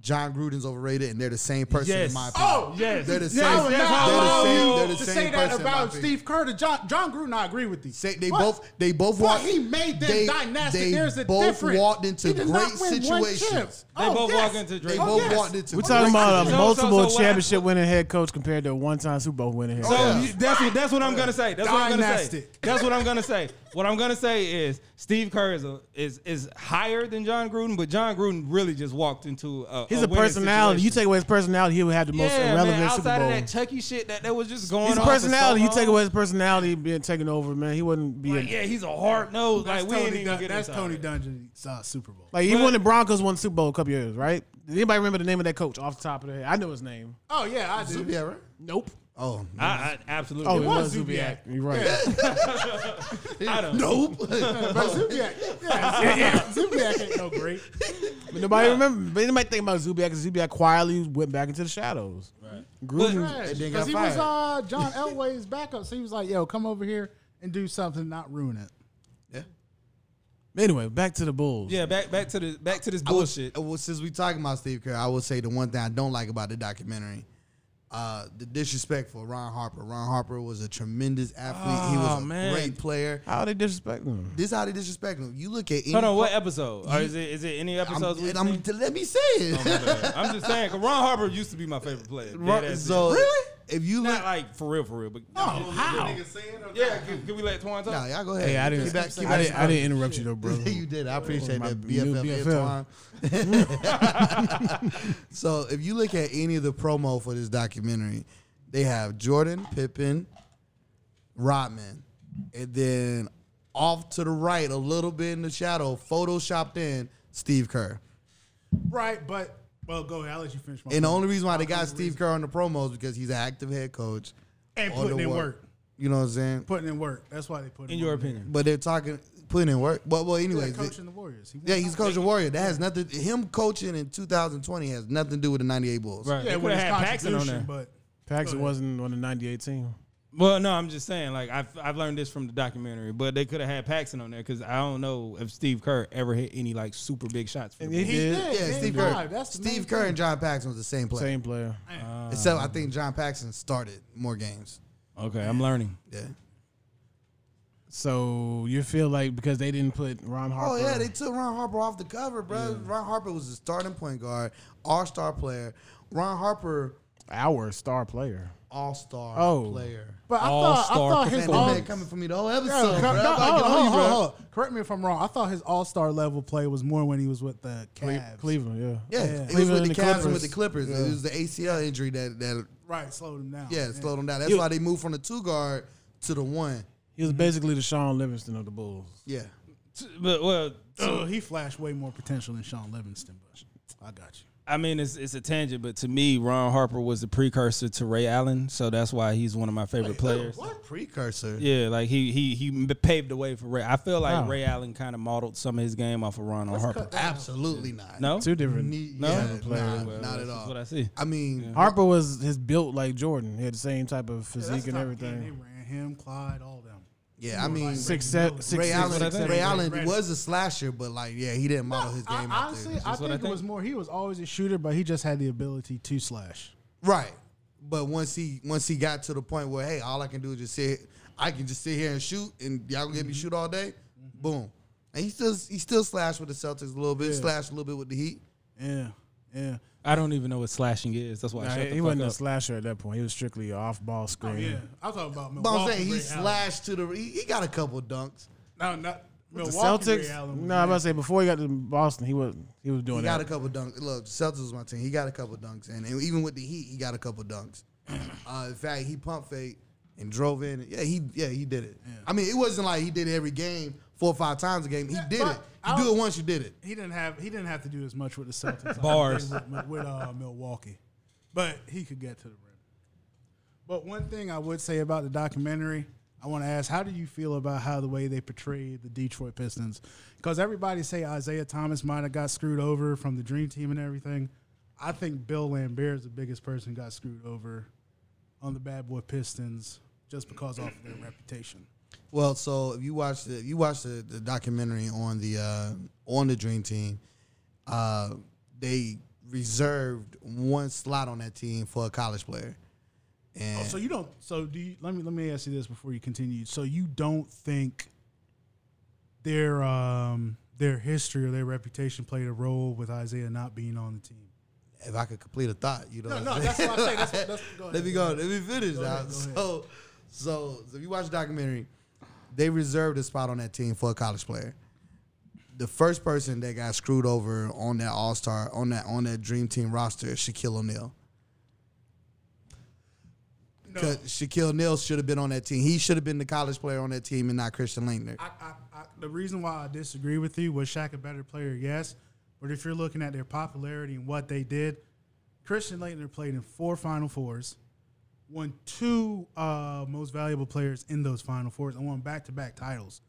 John Gruden's overrated, and they're the same person Yes. in my opinion. Oh Yes. They're the same. I Yes, would yes, not I they're allow the same. you They're the to same say that person, in my about opinion. Steve Kerr. John, John Gruden, I agree with you. Say, they But- both they both but walked. he made them dynastic. They There's a both difference. walked into He did not great win one chip. situations. They Oh, both yes. walked into They great. Oh, both yes. walked into. We're great talking about a So- so- multiple so what championship winning head coach compared to a one time Super Bowl winning head So coach. Yeah. Oh, you- that's what that's what I'm gonna say. That's what I'm gonna say. Dynastic. That's what I'm gonna say. What I'm gonna say is Steve Kerr is a, is is higher than John Gruden, but John Gruden really just walked into a. He's a, a winning personality. You situation. take away his personality, he would have the most yeah, irrelevant man, Super outside Bowl. of that Chucky shit that, that was just going He's a on. for so personality. you take long. away his personality being taken over, man. He wouldn't be. Like, Like, yeah, he's a hard nose. That's Like we ain't Tony, even Dun- get that's into Tony it. Dungy's uh, Super Bowl. like even but- when the Broncos won Super Bowl a couple years, right? Did anybody remember the name of that coach off the top of their head? I know his name. Oh yeah, I do. Yeah, right. *laughs* Nope. Oh, I, I absolutely. Oh, would. it, was, was Zubiak. Zubiak. You're right. I don't. nope. *laughs* But Zubiak, *laughs* yeah, Zubiak ain't no *laughs* great. *laughs* But nobody remember. But anybody think about Zubiak? Because Zubiak quietly went back into the shadows. Right. Gruden. Because then he got was fired. uh, John Elway's backup, so he was like, "Yo, come over here and do something, not ruin it." Anyway, back to the Bulls. Yeah, back back to the back to this I would- bullshit. uh, well, since we talking about Steve Kerr, I would say the one thing I don't like about the documentary, uh, the disrespect for Ron Harper. Ron Harper was a tremendous athlete. he was a Oh, man. great player. How are they disrespecting him? This is how they disrespect him. You look at any. Hold on, what episode? Or is it is it any I'm, episodes? Oh, we've and I'm- *laughs* seen? let me say it. I'm just saying, 'cause Ron Harper used to be my favorite player. Dead ass so serious. *laughs* really, if you look, not like for real, for real, but How? yeah. Can, can we let Twan talk? nah, y'all go ahead. Hey, I didn't. Keep back- keep I, back- didn't I didn't interrupt you *laughs* though, bro. you did. I appreciate my that new BFF, BFF. Antoine. *laughs* so if you look at any of the promo for this documentary, they have Jordan, Pippen, Rodman, and then off to the right a little bit in the shadow, photoshopped in Steve Kerr. Right, but well, go ahead. I'll let you finish my. And the point. only reason why they got Steve Kerr on the promos because he's an active head coach And on putting the in wor- work. You know what I'm saying? putting in work. That's why they put. In him your on there. opinion, But they're talking putting in work. But well, He's anyways, a they- coach in the Warriors. He won Yeah, he's out there. coaching Warrior. That has nothing. Him coaching in 2020 has nothing to do with the 98 Bulls. right? Yeah, they with could his have had Paxton on contribution, there. but Paxton wasn't on the '98 team. Well, no, I'm just saying. Like I've I've learned this from the documentary, but they could have had Paxton on there because I don't know if Steve Kerr ever hit any like super big shots. For the And he Bulls. he did. did. Yeah, man, Steve God, Kerr. that's the main Steve Kerr thing. and John Paxson was the same player. Same player. Except I think John Paxson started more games. Okay, I'm learning. Yeah. So you feel like because they didn't put Ron Harper. Oh yeah, they took Ron Harper off the cover, bro. Ron Harper was the starting point guard, All Star player. Ron Harper, our star player. All Star Oh. player. But I thought, I All-star thought Man, his that all. man coming for me the whole Yeah, episode, no, bro. no, I'm about to get hold on you, on, hold on, bro. hold on. Correct me if I'm wrong. I thought his All Star level play was more when he was with the Cle- Cavs. Cleveland, yeah. Yeah, it was Cleveland with and the the Cavs and Clippers. with the Clippers. It was the ACL injury that that Right, slowed him down. yeah slowed him down. That's You- why they moved from the two guard to the one. He was basically the Sean Livingston of the Bulls. Yeah. But well, Oh, he flashed way more potential than Sean Livingston, but I got you. I mean, it's it's a tangent, but to me, Ron Harper was the precursor to Ray Allen, so that's why he's one of my favorite players. What precursor? Yeah, like he he he paved the way for Ray. I feel like Wow. Ray Allen kind of modeled some of his game off of Ron Harper. Absolutely not. No, Two different. Need- No? yeah, Haven't played nah, well, not this at is all. what I see. mean, Harper was his built like Jordan. He had the same type of physique and They everything. ran him, Clyde, all them. yeah, I mean, Six, se- six, Ray six, Allen. six, seven. Ray Allen Ray- was a slasher, but like, yeah, he didn't model his game. I, out honestly, there. I That's what think, I it think. was more. He was always a shooter, but he just had the ability to slash. right? But once he once he got to the point where, hey, all I can do is just sit. I can just sit here and shoot, and y'all gonna get me Mm-hmm. shoot all day. Boom. And he still he still slashed with the Celtics a little bit, slashed a little bit with the Heat. Yeah, yeah. I don't even know what slashing is. That's why I Nah, shut the he fuck wasn't up. a slasher at that point. He was strictly off ball Oh, screen. Yeah, I'm talking about Milwaukee. But I'm saying he Ray Allen. slashed to the. He, he got a couple dunks. No, not The Milwaukee. Ray Celtics. Allen was No, I'm there. about to say before he got to Boston, he was he was doing He got a that. couple dunks. Look, Celtics was my team. He got a couple dunks, and, and even with the Heat, he got a couple *clears throat* dunks. Uh, in fact, he pump fake and drove in. Yeah, he yeah he did it. I mean, it wasn't like he did it every game four or five times a game. He Yeah, did but it. I You do was- it once, you did it. he didn't have he didn't have to do as much with the Celtics Bars. like he did with, with uh, Milwaukee, but he could get to the rim. But one thing I would say about the documentary, I want to ask, how do you feel about how the way they portrayed the Detroit Pistons? Because everybody say Isaiah Thomas might have got screwed over from the Dream Team and everything. I think Bill Lambert is the biggest person who got screwed over on the Bad Boy Pistons just because of their reputation. Well, so if you watch the if you watch the, the documentary on the uh, on the Dream Team, uh, they reserved one slot on that team for a college player. And Oh, So you don't. So do you? Let me let me ask you this before you continue. So you don't think their um their history or their reputation played a role with Isaiah not being on the team? if I could complete a thought, you know. what I'm saying? what I say. That's, that's go Let me go. Let me finish now. ahead, go ahead. so, so, so if you watch the documentary, they reserved a spot on that team for a college player. The first person that got screwed over on that All Star on that on that Dream Team roster is Shaquille O'Neal. Because Shaquille O'Neal should have been on that team. He should have been the college player on that team and not Christian Leitner. I, I, I, the reason why I disagree with you was Shaq a better player, yes. But if you're looking at their popularity and what they did, Christian Leitner played in four Final Fours, won two uh, most valuable players in those Final Fours, and won back to back titles.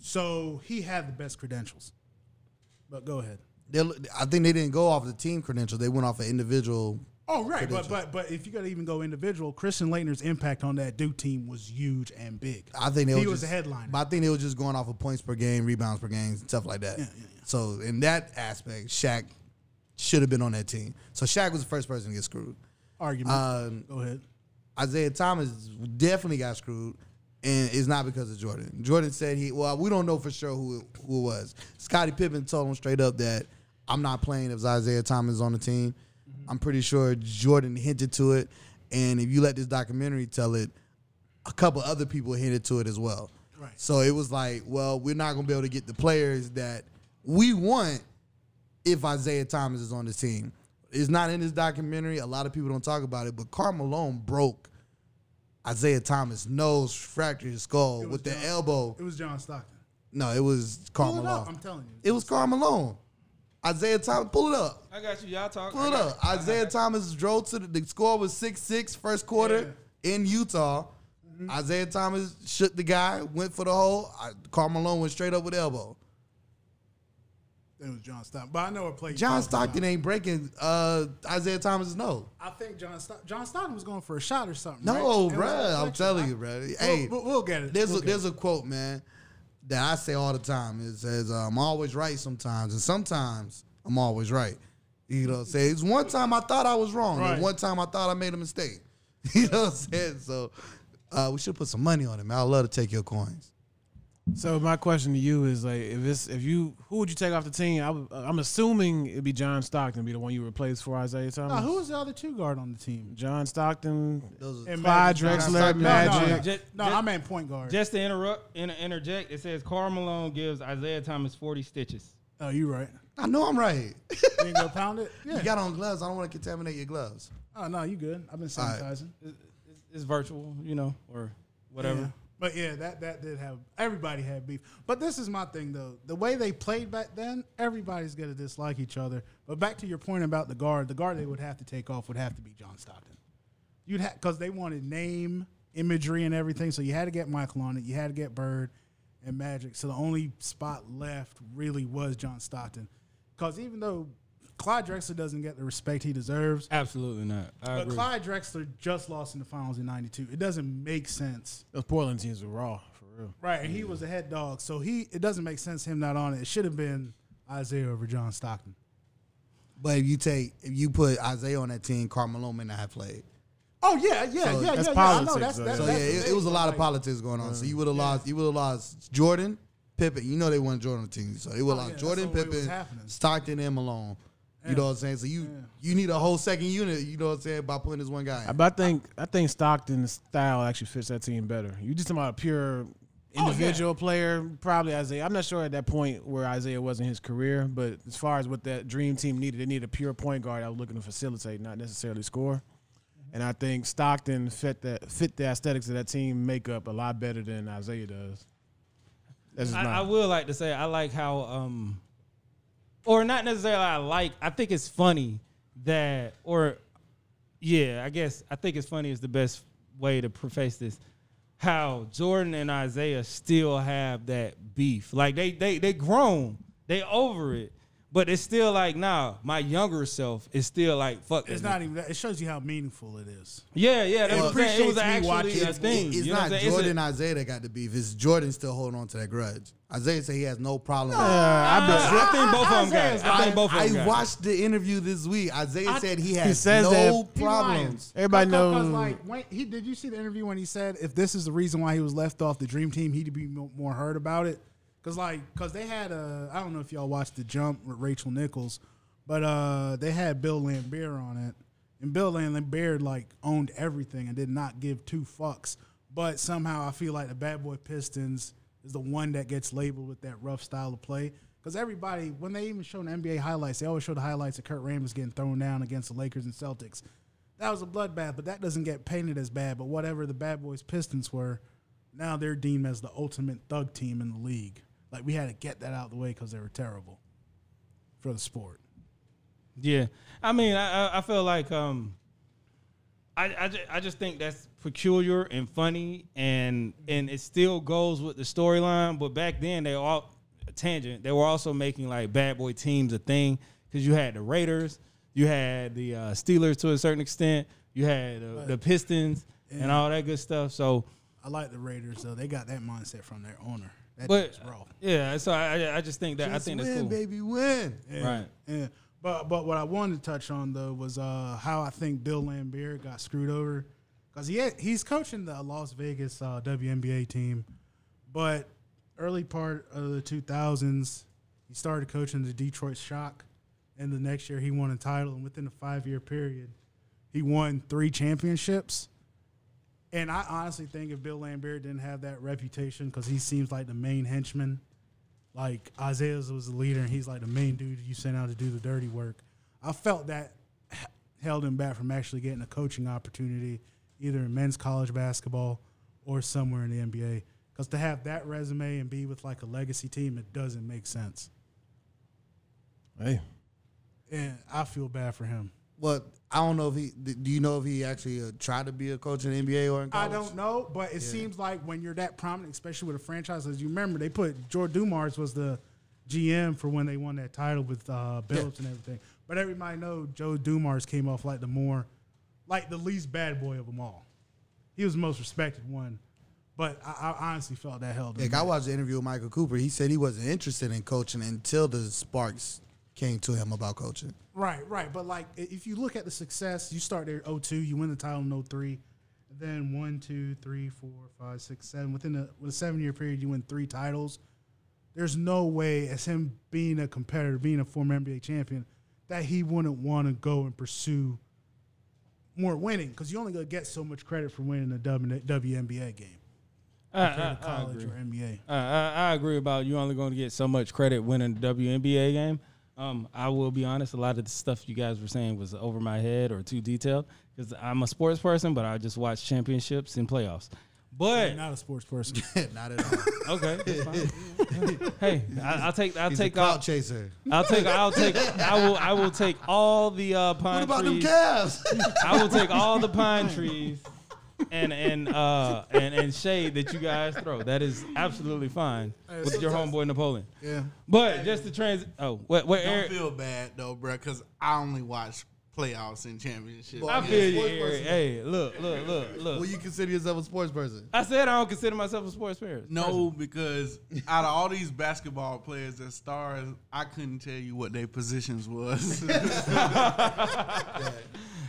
So he had the best credentials. But go ahead. They, I think they didn't go off the team credential. They went off an individual. Oh, right. But, but but if you got to even go individual, Christian Leitner's impact on that Duke team was huge and big. I think they he were was just- a headliner. But I think they were just going off of points per game, rebounds per game, stuff like that. So in that aspect, Shaq should have been on that team. So Shaq was the first person to get screwed. Argument. um, go ahead. Isaiah Thomas definitely got screwed, and it's not because of Jordan. Jordan said he. Well, we don't know for sure who who it was. Scottie Pippen told him straight up that I'm not playing if Isaiah Thomas is on the team. Mm-hmm. I'm pretty sure Jordan hinted to it, and if you let this documentary tell it, a couple other people hinted to it as well. Right. So it was like, well, we're not gonna be able to get the players that we want if Isaiah Thomas is on the team. It's not in this documentary. A lot of people don't talk about it, but Carl Malone broke Isaiah Thomas' nose, fractured his skull with the John- elbow. It was John Stockton. No, it was Carl Pull it up. Malone. I'm telling you. It was Carl Malone. Isaiah Thomas, pull it up. I got you. Y'all talk. Pull it up. Isaiah Thomas drove to the, the score was 6 6 first quarter in Utah. Mm-hmm. Isaiah Thomas shook the guy, went for the hole. I, Carl Malone went straight up with elbow. It was John Stockton. But I know what play. you're John talking about. Stockton ain't breaking uh, Isaiah Thomas' nose. I think John Stock- John Stockton was going for a shot or something. No, right? bruh, I'm telling you, bro. bruh. We'll, Hey, we'll, we'll get it. there's We'll a, get there's it. a quote, man, that I say all the time. It says, uh, "I'm always right sometimes, and sometimes I'm always right." You know, what I'm saying it's one time I thought I was wrong, Right. and one time I thought I made a mistake. *laughs* You know what I'm saying? So uh, we should put some money on it, man. I'd love to take your coins. So my question to you is like, if it's if you who would you take off the team? I would, I'm assuming it'd be John Stockton be the one you replace for Isaiah Thomas. Nah, who was the other two guard on the team? John Stockton, Those are, And Clyde Magic. Drexler, No, no, no, Magic. No, Just- no, just- I meant point guard. Just to interrupt, inter- interject, it says Carl Malone gives Isaiah Thomas 40 stitches. oh, you right. I know I'm right. You ain't gonna pound it. *laughs* Yeah. you got on gloves. I don't want to contaminate your gloves. oh no, you good. I've been right. sanitizing. It's, it's, it's virtual, you know, or whatever. Yeah. But yeah, that that did have everybody had beef. But this is my thing though. The way they played back then, everybody's gonna dislike each other. But back to your point about the guard, the guard they would have to take off would have to be John Stockton. You'd have because they wanted name, imagery, and everything. So you had to get Michael on it. You had to get Bird and Magic. So the only spot left really was John Stockton. Because even though Clyde Drexler doesn't get the respect he deserves, Absolutely not. I but agree. Clyde Drexler just lost in the finals in '92. It doesn't make sense. Those Portland teams were raw for real. Right, and he was a head dog, so he it doesn't make sense him not on it. It should have been Isaiah over John Stockton. But if you take, if you put Isaiah on that team, Carl Malone may not have played. Oh yeah, yeah, So yeah, that's politics, yeah, yeah. I know that's, though. that's, So yeah, that's the it, it thing. was a lot of Like, politics going on. so you would have lost. You would have lost Jordan, Pippen. You know they wanted Jordan on the team, so they would have yeah, lost that's Jordan, what was Pippen, happening. Stockton, and Malone. You know what I'm saying? So you you need a whole second unit. You know what I'm saying by putting this one guy. In. Uh, But I think I think Stockton's style actually fits that team better. You just talking about a pure Oh, individual player, probably Isaiah. I'm not sure at that point where Isaiah was in his career, but as far as what that dream team needed, they needed a pure point guard that was looking to facilitate, not necessarily score. And I think Stockton fit that fit the aesthetics of that team makeup a lot better than Isaiah does. That's just I, my- I would like to say I like how, um, or not necessarily I like. I think it's funny that, or yeah, I guess I think it's funny is the best way to preface this. How Jordan and Isaiah still have that beef, like they they they grown, they over it, But it's still like, nah, my younger self is still like, fuck. It's that not even that. It shows you how meaningful it is. Yeah, yeah, that's It what I'm saying. It was appreciates me actually watching. a thing. It's you know not what I'm saying? It's a- Jordan and Isaiah that got the beef. It's Jordan still holding on to that grudge. Isaiah said he has no problem. with it. I, I think both of them got it. I think both of them I, got it. watched the interview this week. Isaiah I- said he has says no that- He lying. problems. Everybody Cause- cause, knows. Like, when he did you see the interview when he said if this is the reason why he was left off the dream team, he'd be mo- more hurt about it. Cause like, cause they had a I don't know if y'all watched the jump with Rachel Nichols, but uh they had Bill Lambert on it, and Bill Lambert like owned everything and did not give two fucks. But somehow I feel like the Bad Boy Pistons is the one that gets labeled with that rough style of play. Because everybody, when they even show the NBA highlights, they always show the highlights of Kurt Rambis getting thrown down against the Lakers and Celtics that was a bloodbath, but that doesn't get painted as bad. But whatever the Bad Boys Pistons were, now they're deemed as the ultimate thug team in the league. Like we had to get that out of the way because they were terrible for the sport. Yeah, I mean, I I- I feel like um, I I just, I just think that's peculiar and funny, and and it still goes with the storyline. But back then, they all tangent. They were also making like bad boy teams a thing because you had the Raiders, you had the uh, Steelers to a certain extent, you had uh, the Pistons and all that good stuff. So I like the Raiders though; they got that mindset from their owner. That But dude's raw. yeah, so I I- I just think that I Just think that's win, cool. baby, win. Yeah, Right. Yeah. But but what I wanted to touch on though was uh, how I think Bill Lambert got screwed over because he had, he's coaching the Las Vegas uh, WNBA team, but early part of the 2000s he started coaching the Detroit Shock, and the next year he won a title, and within a five year period, he won three championships. And I honestly think if Bill Lambert didn't have that reputation, because he seems like the main henchman, like Isaiah was the leader, and he's like the main dude you sent out to do the dirty work. I felt that h- held him back from actually getting a coaching opportunity, either in men's college basketball or somewhere in the NBA. Because to have that resume and be with like a legacy team, it doesn't make sense. Hey, And I feel bad for him. Well, I don't know if he. Do you know if he actually uh, tried to be a coach in the NBA or in I college? don't know, but it seems like when you're that prominent, especially with a franchise, as you remember, they put George Dumars was the GM for when they won that title with uh, Billups and everything. But everybody know Joe Dumars came off like the more, like the least bad boy of them all. He was the most respected one, but I, I honestly felt that held him. Like I watched the interview with Michael Cooper. He said he wasn't interested in coaching until the sparks came to him about coaching. Right, right. But like i- if you look at the success, you start there at 02, you win the title in 03. Then one, two, three, four, five, six, seven. Within a, with a seven year period, you win three titles. There's no way, as him being a competitor, being a former NBA champion, that he wouldn't want to go and pursue more winning because you only gonna get so much credit for winning a W- WNBA game, I, I, I college agree. or NBA. I, I, I agree about you only going to get so much credit winning the WNBA game. Um, I will be honest, a lot of the stuff you guys were saying was over my head or too detailed because I'm a sports person, but I just watch championships and playoffs. You're *laughs* But not a sports person. Not at all. okay, that's fine. hey, I, I'll take I'll *laughs* He's a take clout all, chaser. I'll take I'll take I will I will take all the uh, pine What about them trees. Cavs? *laughs* I will take all the pine trees and and uh and, and shade that you guys throw. That is absolutely fine with your homeboy Napoleon. *laughs* yeah. But just the trans. Oh, wait, wait, Don't Eric. feel bad though, bro, because I only watch playoffs and championships. I Well, feel you, Sports Eric. person. Hey, look, look, look, Will look. you consider yourself a sports person? I said I don't consider myself a sports parent. No, *laughs* because out of all these basketball players that stars, I couldn't tell you what their positions was. *laughs*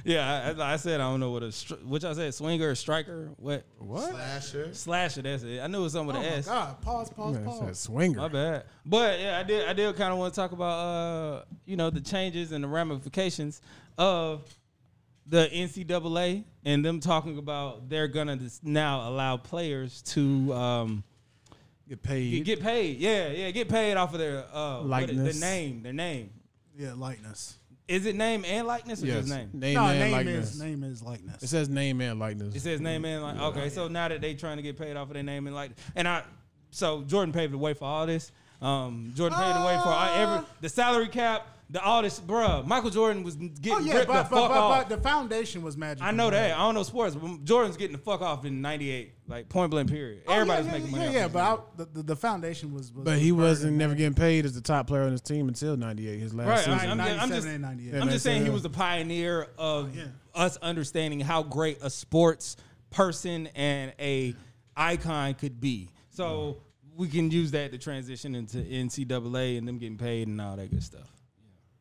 Yeah, I, I- I said I don't know what a stri- which I said swinger, striker, what Slasher. slasher. That's it. I knew it was something with an S. God, pause, pause, that's pause. that swinger. My bad. But yeah, I did. I did kind of want to talk about uh, you know, the changes and the ramifications of the NCAA and them talking about they're gonna just now allow players to um, Get paid. *laughs* get, get paid. Yeah, yeah, get paid off of their uh, what is- Likeness. their name, their name. Yeah, likeness. Is it name and likeness or yes. just name? Name no, and name likeness. is name is likeness. It says name and likeness. It says name and like okay. So now that they trying to get paid off of their name and like and I Ah. so Jordan paved the way for all this. Um, Jordan paved the way for all, every the salary cap, The all this, bruh. Michael Jordan was getting Oh yeah, ripped but, the but, but, fuck off. but the foundation was magical. I know bro. that. I don't know sports, but Jordan's getting the fuck off in '98, like point blank period. Oh, yeah, Everybody's yeah, making yeah, money. off Yeah, this but nigga. I, the, the the foundation was. was But he wasn't never getting paid as the top player on his team until '98, his last Right, season. I'm, I'm- I'm 97 just, and 98. I'm just saying he Yeah. was the pioneer of us understanding how great a sports person and a icon could be. So Mm-hmm. we can use that to transition into NCAA and them getting paid and all that good stuff.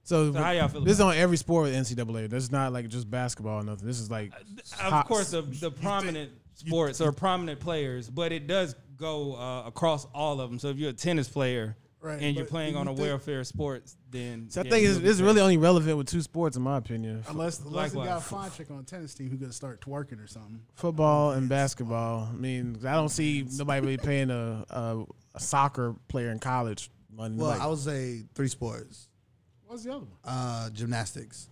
So, So how y'all feel This is on every sport with NCAA. This is not like just basketball or nothing. This is like, Uh, Of hot- course, the, the prominent sports or prominent players, but it does go uh, across all of them. So if you're a tennis player Right, and you're but playing you on a think- welfare sports, then So I yeah, think you it's, will be it's paid. really only relevant with two sports, in my opinion: F- Unless, unless they got a Likewise. fine chick on a tennis team who gonna start twerking or something. football and basketball. I mean, I don't see *laughs* nobody really paying a, a, a soccer player in college money. Well, like- I would say three sports. What's the other one? Uh, gymnastics.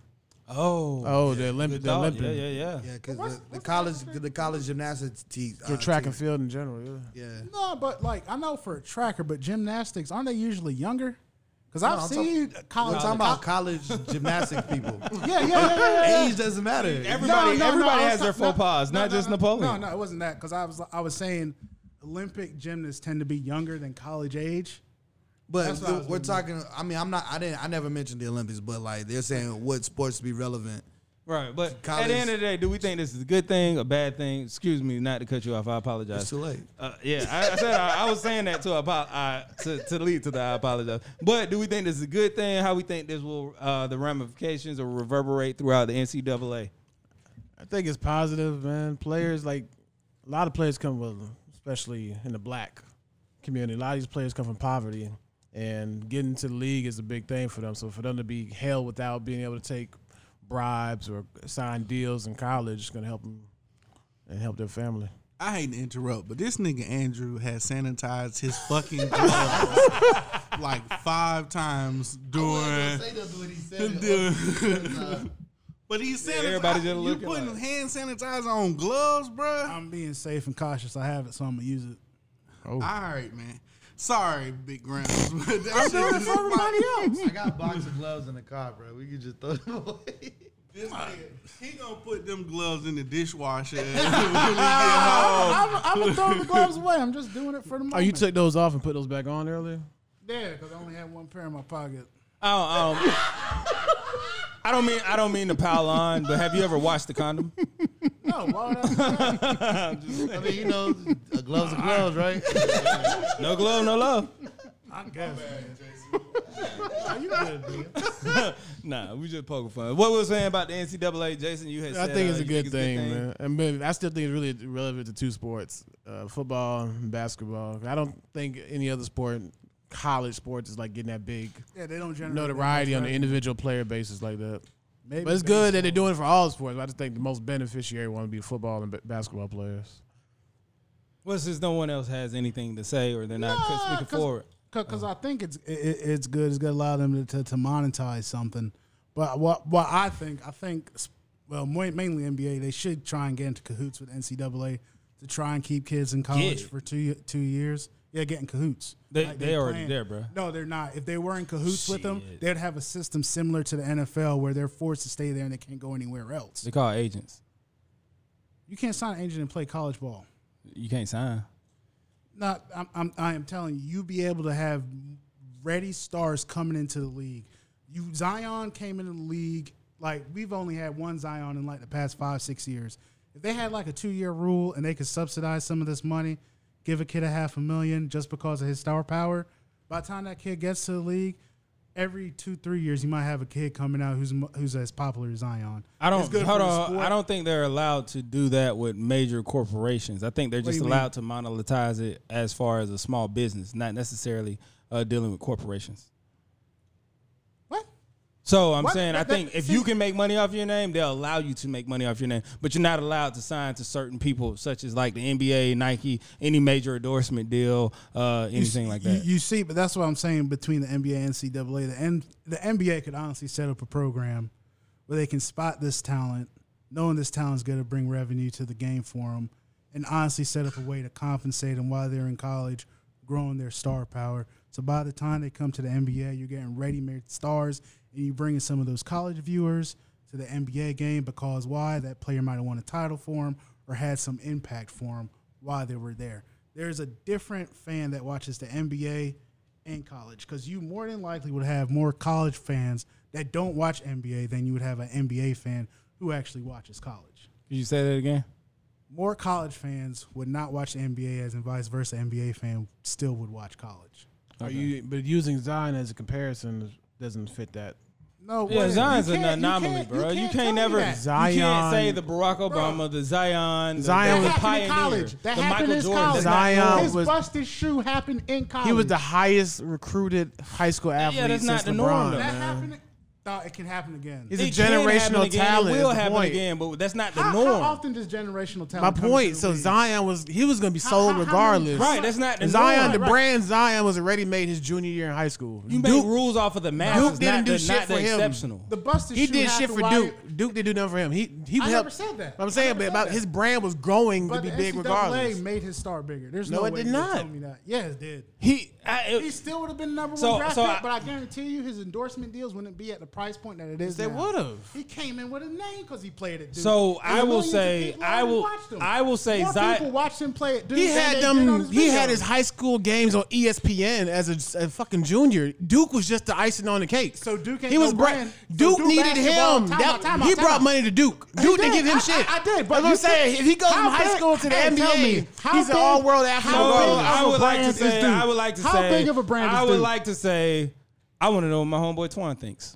oh, oh, the Olympic, good the dog. Olympic, yeah, yeah, yeah. Yeah, because the, the college the college gymnastics teams. for track and field in general. Yeah. Yeah. No, but like I know for a tracker, but gymnastics aren't they usually younger? Because I've I'm seen We're college. talking about college gymnastics *laughs* people. yeah, yeah, yeah, yeah, yeah. Age doesn't matter. Everybody, No, no, no, everybody I was has their talk- faux no, pas, no, not no, just no, Napoleon. No, no, it wasn't that. Because I was I was saying Olympic gymnasts tend to be younger than college age. But That's what I was we're gonna- talking. I mean, I'm not. I didn't. I never mentioned the Olympics, but like they're saying what sports be relevant. Right, but at College- the end of the day, do we think this is a good thing, a bad thing? Excuse me, not to cut you off. I apologize. It's too late. Uh, yeah, I, I said I, I was saying that to, apo- I, to to lead to the I apologize. But do we think this is a good thing? How we think this will uh, the ramifications will reverberate throughout the NCAA? I think it's positive, man. Players like a lot of players come with, especially in the black community. A lot of these players come from poverty, and getting to the league is a big thing for them. So for them to be held without being able to take bribes or sign deals in college is going to help them and help their family. I hate to interrupt, but this nigga Andrew has *laughs* sanitized his fucking gloves like five times during. *laughs* Dude. But he sanitized. everybody just you looking putting like- hand sanitizer on gloves, bruh? I'm being safe and cautious. I have it, so I'm gonna use it. All right, man. Sorry, Big Grams. *laughs* but that shit is- I got box of gloves in the car, bro. We could just throw them away. This nigga, he gonna put them gloves in the dishwasher. and when he get home. *laughs* I'm, I'm gonna throw the gloves away. I'm just doing it for the moment. Oh, you took those off and put those back on earlier. yeah, because I only had one pair in my *laughs* pocket. I don't, I don't, I don't mean I don't mean to pile on, but have you ever watched the condom? No, why would I *laughs* do that? I mean, you know, a gloves are gloves, right? *laughs* No glove, no love. I guess. *laughs* man. Nah, we just poking fun. What we was saying about the NCAA, Jason? You had. I said, think uh, it's a you good thing, man. And but I still think it's really relevant to two sports: uh, football and basketball. I don't think any other sport, college sports, is like getting that big Yeah, they don't generate notoriety that on much the individual player basis like that. Maybe But it's good that they're doing it for all sports. I just think the most beneficiary one would be football and b- basketball players. Well, since no one else has anything to say or they're not Nah, speaking forward. Uh-huh. Because I think it's it, it- it's good. It's gonna allow them to, to, to monetize something. But what what I think I think s- well moi- mainly NBA they should try and get into cahoots with NCAA to try and keep kids in college Get. for two y- two years. Yeah, getting cahoots. They- they already playing- there, bruh. No, they're not. If they were in cahoots with them, Shit. they'd have a system similar to the NFL where they're forced to stay there and they can't go anywhere else. They call it agents. You can't sign an agent and play college ball. You can't sign. not I'm, I'm I am telling you, you be able to have ready stars coming into the league. You Zion came into the league like we've only had one Zion in like the past five six years. If they had like a two year rule and they could subsidize some of this money, give a kid a half a million just because of his star power, by the time that kid gets to the league. Every two three years, you might have a kid coming out who's mo- who's as popular as Zion. I It's don't. good Hold for the on. sport. I don't think they're allowed to do that with major corporations. I think they're just you allowed to monetize it as far as a small business, not necessarily uh, dealing with corporations. What? So I'm What? saying, I That- that- think if see- you can make money off your name, they'll allow you to make money off your name. But you're not allowed to sign to certain people, such as like the NBA, Nike, any major endorsement deal, uh, anything you, like you- that. You, see, but that's what I'm saying between the NBA and NCAA. The, N, the NBA could honestly set up a program where they can spot this talent, knowing this talent's going to bring revenue to the game for them, and honestly set up a way to compensate them while they're in college, growing their star power. So by the time they come to the NBA, you're getting ready-made stars, and you bringing some of those college viewers to the NBA game because why? That player might have won a title for him or had some impact for him while they were there. There's a different fan that watches the NBA and college because you more than likely would have more college fans that don't watch NBA than you would have an NBA fan who actually watches college Could you say that again? more college fans would not watch the NBA as and vice versa, NBA fan still would watch college. Are you? But using Zion as a comparison doesn't fit that. No, Yeah, what- Zion's you an can't- you anomaly, can't- bro. You can't, tell me never that. You Zion- can't say the Barack Obama, the Zion, the, Zion the was- pioneer, happened in college. That the happened Michael in Jordan. college. That's not- Zion His was- busted shoe happened in college. He was the highest recruited high school athlete that's not since the LeBron. norm, though. That man. happened. No, it can happen again. He's a it can happen generational again, talent. It is will the happen point. again, but that's not the how, norm. how often does generational talent? My come to point. So the league? Zion was he was going to be sold how many- regardless. right? That's not the Zion, norm. the Right. brand Zion was already made his junior year in high school. You make rules off of the masses, Duke didn't not do the, shit not the for him. exceptional. The busted he shoe did had shit to for why- Duke. Duke didn't do nothing for him. He he I helped. never said that. I'm I saying, never but said about that. his brand was growing But to be the big NCAA regardless. made his star bigger. There's No, no, it way did you can not. Tell me that. Yeah, it did. He, I, He it, still would have been number one So- draft so pick, I- but I guarantee you his endorsement deals wouldn't be at the price point that it is. They now. would've. He came in with a name because he played it. Dude. So, I will say- I will- I will say More Zion- people watched him play it. Dude, He than they had did on them. his He had video. his high school games on E ESPN as a, a fucking junior. Duke was just the icing on the cake. So Duke ain't he was no bra- brand. So Duke Duke needed basketball- him. Time That- out, time out, he time brought out. money to Duke. Duke didn't did. give him I- shit. I- I did, but That's what I'm you saying. think- If he goes how from high big- school to the hey, tell NBA, me, how he's an big- All World athlete. how No, big bro. of a I would like to brand is say. Duke? I would like to How say. big of a brand is I would Duke? like to say. I want to know what my homeboy Twan thinks.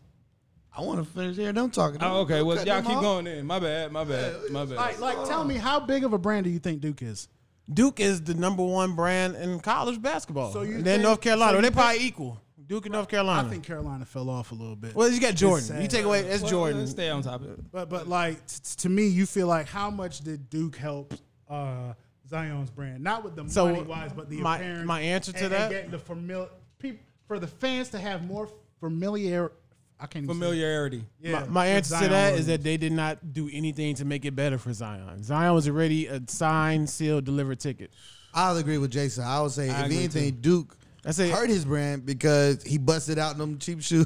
I want to finish here. Don't talk. Oh, okay, Don't well cut y'all them keep off. going in. My bad. My bad. My bad. Like, like, tell me how big of a brand do you think Duke is? Duke is the number one brand in college basketball. So you and then think- North Carolina, so you they think- probably equal. Duke and North I Carolina. think Carolina fell off a little bit. well, you got Jordan. sad. You take away that's Well, let's Jordan. Stay on topic. But but like t- t- to me, you feel like how much did Duke help uh, Zion's brand? Not with the So, money wise, but the my- apparent- my answer to and- and that? getting the famil- peop- for the fans to have more familiar. I can't even say it. Familiarity. Yeah, my, my with answer to Zion that was- is that they did not do anything to make it better for Zion. Zion was already a signed, sealed, delivered ticket. I'll agree with Jason. I would say, if agree, anything, Duke I say- hurt his brand because he busted out them cheap shoes.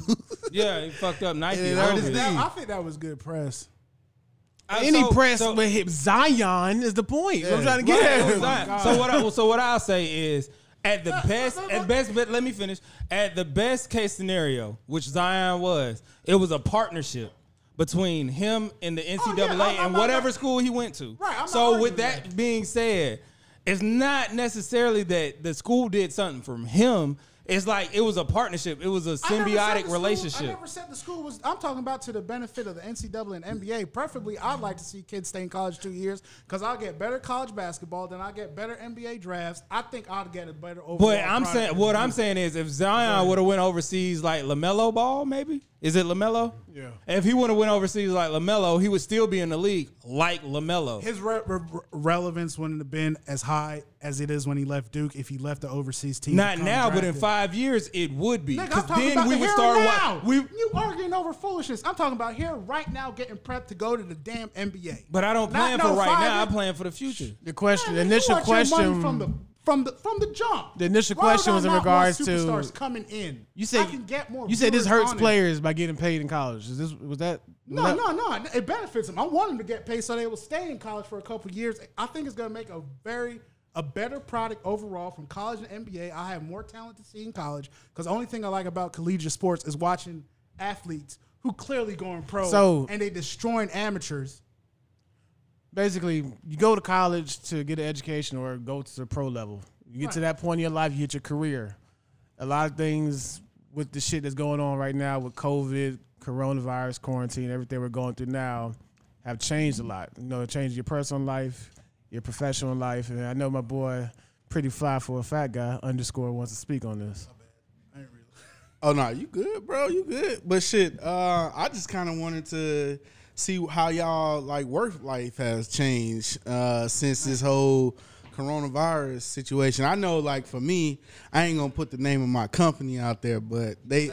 Yeah, he *laughs* fucked up Nike. It hurt his Obvious. knee. I think that was good press. I- Any Uh, so- press so- with him, Zion is the point. I'm trying to get Right, at. Oh, it was Oh Zion. So what? I, so what I'll say is, *laughs* at the best, at best, but let me finish. At the best case scenario, which Zion was, it was a partnership between him and the NCAA Oh, I'm- I'm and not- whatever school he went to. Right, I'm not so with arguing that, being said, it's not necessarily that the school did something from him. It's like it was a partnership. It was a I never said the symbiotic school- I relationship. never said the school was. I'm talking about to the benefit of the NCAA and NBA. Preferably, I'd like to see kids stay in college two years because I'll get better college basketball, then I'll get better NBA drafts. I think I'll get a better overall. But I'm product. saying what I'm saying is if Zion would have went overseas like Lamelo Ball, maybe is it Lamelo? Yeah. If he would have went overseas like Lamelo, he would still be in the league like Lamelo. His re- re- relevance wouldn't have been as high as it is when he left Duke if he left the overseas team. Not to come now, but in drafted. five years it would be. Nigga, I'm Because talking then about we the would here start and wa- now. we. you arguing over foolishness. I'm talking about here right now, getting prepped to go to the damn NBA. But I don't Not plan no for right five now. I years. plan for the future. The question, the Man, you initial want your money question from the from the from the jump. The initial Why would question I was in not want regards to- superstars coming in. You said I can get more. You said this viewers hurts on it. players by getting paid in college. Is this was that? was No, that- no, no. It benefits them. I want them to get paid so they will stay in college for a couple years. I think it's going to make a very a better product overall from college and NBA. I have more talent to see in college because the only thing I like about collegiate sports is watching athletes who clearly going pro So- and they destroying amateurs. basically you go to college to get an education or go to the pro level. You get to that point in your life, you hit your career. A lot of things with the shit that's going on right now with COVID, coronavirus, quarantine, everything we're going through now have changed a lot. You know, it changed your personal life, your professional life. And I know my boy, pretty fly for a fat guy, underscore wants to speak on this. Oh no, you good, bro. You good. But shit, uh, I just kind of wanted to see how y'all like work life has changed uh, since this whole coronavirus situation. I know, like for me, I ain't gonna put the name of my company out there, but they,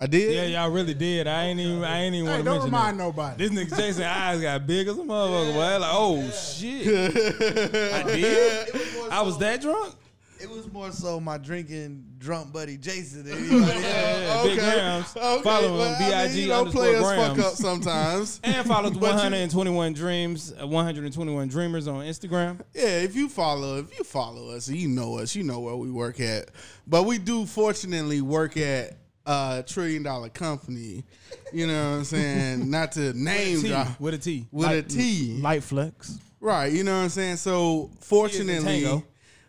I did. Yeah, y'all really did. I ain't even. I ain't even Hey, want to don't mention remind that. nobody. This nigga Jason eyes got big as a motherfucker. boy. Like, oh shit, I did. I was that drunk. It was more so my drinking drunk buddy Jason *laughs* than anybody else. Yeah, Big Grams. Follow him, I mean, B.I.G. you don't play us underscore fuck Grams. up *laughs* sometimes. *laughs* And follow But you- 121 Dreams, uh, 121 Dreamers on Instagram. Yeah, if you follow, if you follow us, you know us, you know where we work at. But we do fortunately work at a trillion dollar company. You know what *laughs* I'm saying? Not to name T, drop with a T. with a T. Light flex. Right, you know what I'm saying? So fortunately tango.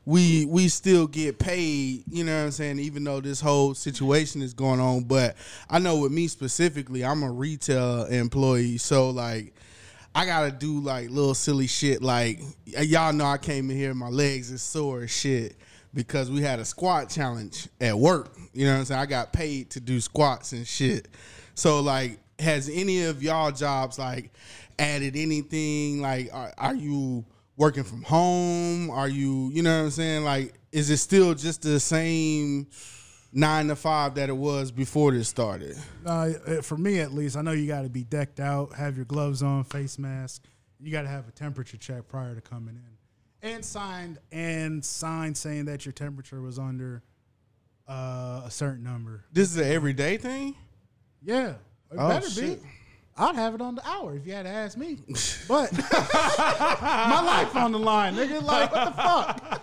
we we still get paid, you know what I'm saying, even though this whole situation is going on. But I know with me specifically, I'm a retail employee, so like I gotta do like little silly shit like y'all know I came in here, my legs is sore as shit because we had a squat challenge at work. You know what I'm saying? I got paid to do squats and shit. So like has any of y'all jobs like added anything like are, are you working from home? Are you, you know what I'm saying? Like is it still just the same 9 to 5 that it was before this started? Uh, uh, for me at least, I know you got to be decked out, have your gloves on, face mask. You got to have a temperature check prior to coming in, and signed and signed saying that your temperature was under uh, a certain number. This is an everyday thing? Yeah, it Oh, better be. I'd have it on the hour if you had to ask *laughs* me. But *laughs* my life on the line, nigga. Like what the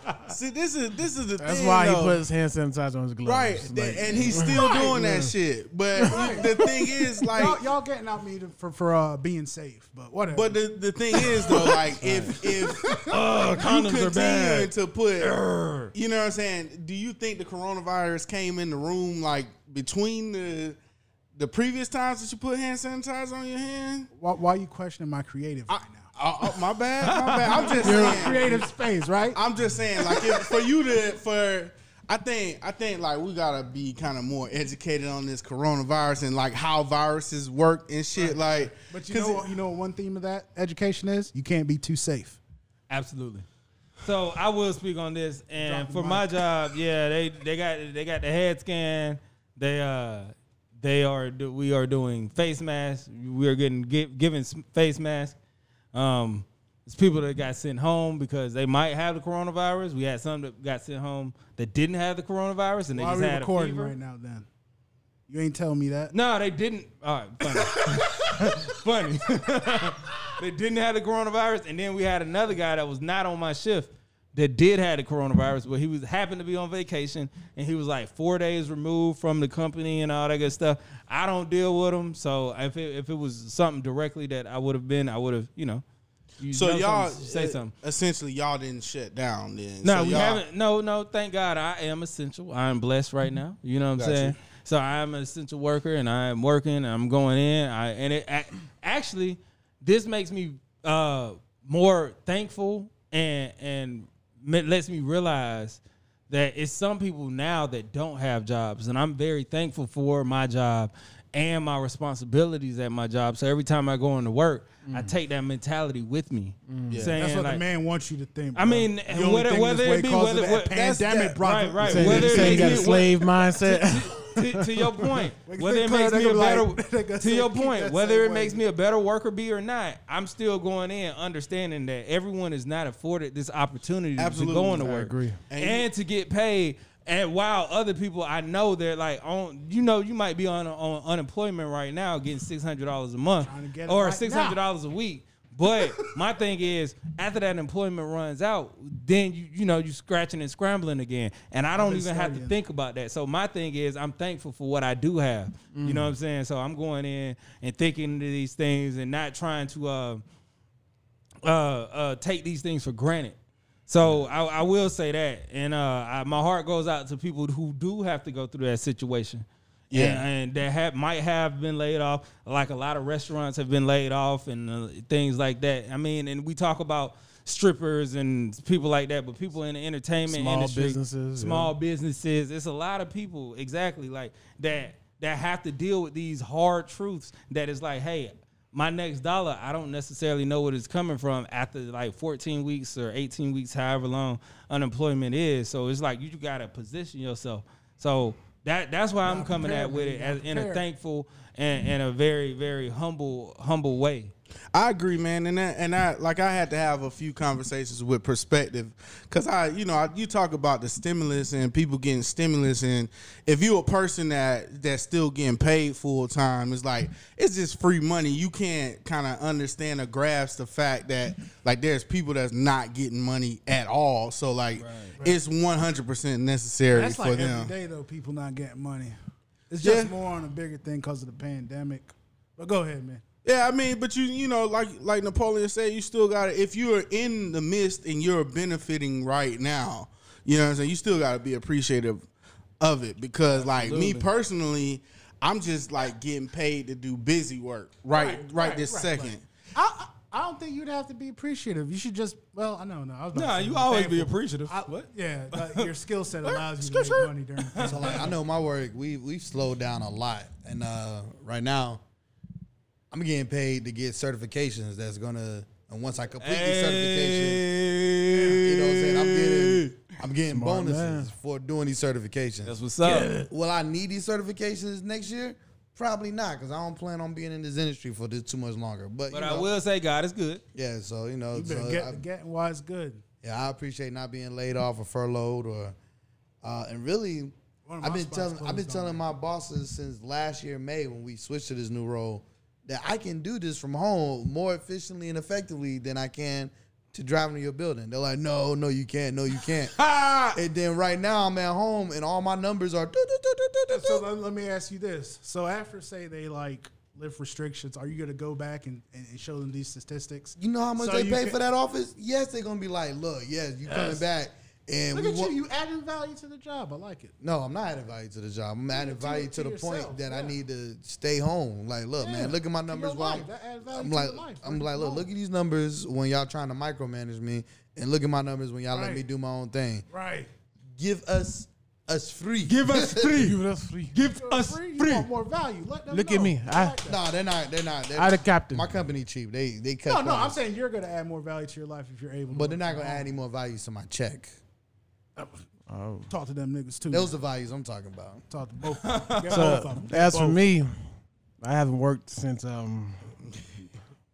fuck? See, this is this is the That's thing, why he though. puts hand sanitizer on his gloves. Right, Like, and he's still doing that shit. But the thing is, *laughs* like, Y'all, y'all getting out me to- for for uh, being safe, but whatever. But the, the thing is *laughs* though, like if *laughs* if you condoms are continuing bad. to put, you know what I'm saying? Do you think the coronavirus came in the room like between the the previous times that you put hand sanitizer on your hand? why, why you questioning my creative right now? Oh, oh, my bad, my bad. I'm just saying. Creative space, right? I'm just saying, like if, for you to for. I think I think like we gotta be kind of more educated on this coronavirus and like how viruses work and shit. Like, But you know, what- you know what one theme of that education is you can't be too safe. Absolutely. So I will speak on this, and for my job, yeah, they they got they got the head scan. They uh they are do- we are doing face masks. We are getting gi- given s- face masks. Um, it's people that got sent home because they might have the coronavirus. We had some that got sent home that didn't have the coronavirus, and they Why are just we had recording a fever. right now then? You ain't telling me that. No, they didn't. All right, funny. *laughs* funny. they didn't have the coronavirus, and then we had another guy that was not on my shift that did have the coronavirus, but he was happened to be on vacation, and he was like four days removed from the company and all that good stuff. I don't deal with him, so if it, if it was something directly that I would have been, I would have, you know. you So know y'all something, say uh, something. Essentially, y'all didn't shut down. Then No, So we y'all- haven't. No, no. Thank God, I am essential. I am blessed right now. You know what I'm Gotcha. saying? So I am an essential worker, and I am working. I'm going in. I and it a- actually, this makes me uh, more thankful, and and ma- lets me realize that it's some people now that don't have jobs, and I'm very thankful for my job and my responsibilities at my job. So every time I go into work, I take that mentality with me. Saying, That's what like, the man wants you to think. I bro. mean, You only whether- think whether this way it be- 'cause of whether- that what- that's pandemic, that- brother. right, right. saying, Whether saying it you got a makes me- slave mindset. to, to your point, Like, whether it think makes me Claire, they a gonna better like- they gonna to your keep point, that whether same it way. makes me a better worker bee or not, I'm still going in understanding that everyone is not afforded this opportunity Absolutely. to go into I work agree. and, to get paid. And while other people I know they're like on, you know, you might be on on unemployment right now, getting six hundred dollars a month Trying to get it or right six hundred dollars a week. But my thing is, after that employment runs out, then you you know you scratching and scrambling again, and I don't been even have to studying. think about that. So my thing is, I'm thankful for what I do have. You know what I'm saying? So I'm going in and thinking of these things and not trying to. Uh, uh, uh, take these things for granted. So I, I will say that, and uh, I, my heart goes out to people who do have to go through that situation. Yeah. and, and that have, might have been laid off. Like a lot of restaurants have been laid off and uh, things like that. I mean, and we talk about strippers and people like that, but people in the entertainment Small industry, businesses, yeah. small businesses. It's a lot of people exactly like that that have to deal with these hard truths. That is like, hey, my next dollar, I don't necessarily know what it's coming from after like 14 weeks or 18 weeks, however long unemployment is. So it's like you gotta position yourself. So that that's why I'm coming at with it as, in a thankful and in a very very humble humble way. I agree, man, and that, and I like I had to have a few conversations with perspective, cause I you know I, you talk about the stimulus and people getting stimulus, and if you a person that that's still getting paid full time, it's like it's just free money. You can't kind of understand or grasp the fact that like there's people that's not getting money at all. So like it's one hundred percent necessary That's for like them. every day though. People not getting money. It's just Yeah. more on a bigger thing because of the pandemic. But go ahead, man. Yeah, I mean, but you you know, like like Napoleon said, you still got to if you're in the midst and you're benefiting right now, you know what I'm saying. You still got to be appreciative of it because, like me personally, I'm just like getting paid to do busy work right right, this second. I, I I don't think you'd have to be appreciative. You should just well, I know, no, I was about to Nah, say you be always be thankful. appreciative. I, what? Yeah, like, your skill set allows you Skirt, to make skirt. money during. the So like I know my work, we we've slowed down a lot, and uh, right now, I'm getting paid to get certifications. That's gonna and once I complete these certifications, you know what I'm saying. I'm getting I'm getting bonuses for doing these certifications. That's what's up. Will I need these certifications next year? Probably not, because I don't plan on being in this industry for this too much longer. But, But you I know, will say God is good. Yeah, so you know, You better so I- get getting wise good. yeah, I appreciate not being laid off or furloughed or, uh, and really, One of I've my been spots telling I've been closed telling already. my bosses since last year May when we switched to this new role that I can do this from home more efficiently and effectively than I can to driving to your building. They're like, no, no, you can't, no, you *laughs* can't. and then right now I'm at home and all my numbers are. doo, doo, doo, doo, doo, doo, So doo. let, let me ask you this: So after say they like lift restrictions, are you gonna go back and, and and show them these statistics? You know how much So they you pay can- for that office? Yes, they're gonna be like, look, yes, you coming back. And Look we at want- you, you adding value to the job. I like it. No, I'm not adding value to the job. I'm adding to- value to to, the point yourself, that I yeah. need to stay home. Like, look, Yeah, man, look at my to numbers. your While life. That adds value I'm to like, your life. I'm Bring like, it look, home. look at these numbers when y'all trying to micromanage me, and look at my numbers when y'all all let Right. me do my own thing. Right. Give us us free. Give us *laughs* free. Give us free. Give us Free, you free. want more value. Let them Look know. at me. I- like *laughs* that. No, they're not. They're not. They're I the captain. My company cheap. They they cut. no, no, I'm corners. saying you're gonna add more value to your life if you're able. But they're not gonna add any more values to my check. Oh. talk to them niggas too. Those are values I'm talking about. talk to both. *laughs* Get both So of them. Uh, as for me, I haven't worked since um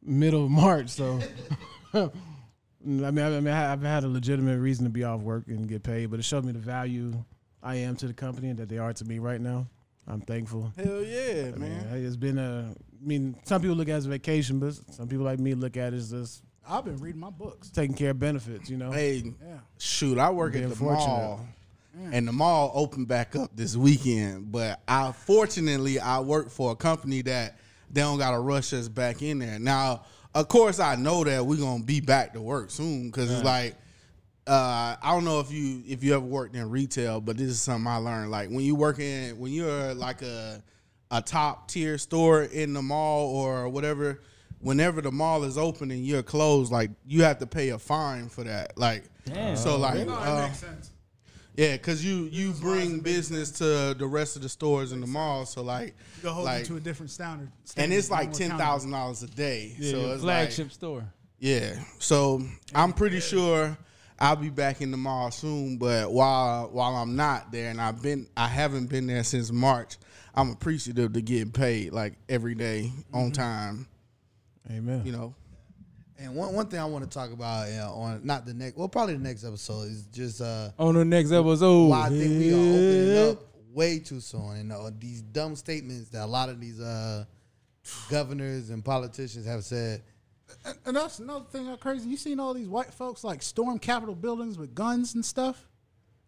middle of March. So *laughs* I mean, I mean, I- I've had a legitimate reason to be off work and get paid, but it showed me the value I am to the company and that they are to me right now. I'm thankful. Hell yeah, I mean, man. it's been a. I mean, some people look at it as a vacation, but some people like me look at it as just I've been reading my books. taking care of benefits. You know, Hey, Yeah. shoot, I work Being at the fortunate. mall, and the mall opened back up this weekend. But I fortunately I work for a company that they don't got to rush us back in there. Now, of course, I know that we're gonna be back to work soon because it's like. Uh, I don't know if you if you ever worked in retail, but this is something I learned. Like when you work in when you're like a a top tier store in the mall or whatever, whenever the mall is open and you're closed, like you have to pay a fine for that. Like so, like uh, sense. yeah, because you you bring business to the rest of the stores in the mall. So like You go hold them like to a different standard. and it's standard, like more ten accountable. thousand dollars a day. Yeah, so your it's like, flagship store. yeah. So I'm pretty sure I'll be back in the mall soon, but while while I'm not there and I've been I haven't been there since March, I'm appreciative to get paid like every day Mm-hmm. on time, amen. you know. And one one thing I want to talk about yeah, on not the next, well, probably the next episode is just uh, On the next episode. why I think we are opening up way too soon. And uh, these dumb statements that a lot of these uh, governors and politicians have said. And that's another thing how crazy. You seen all these white folks like storm Capitol buildings with guns and stuff?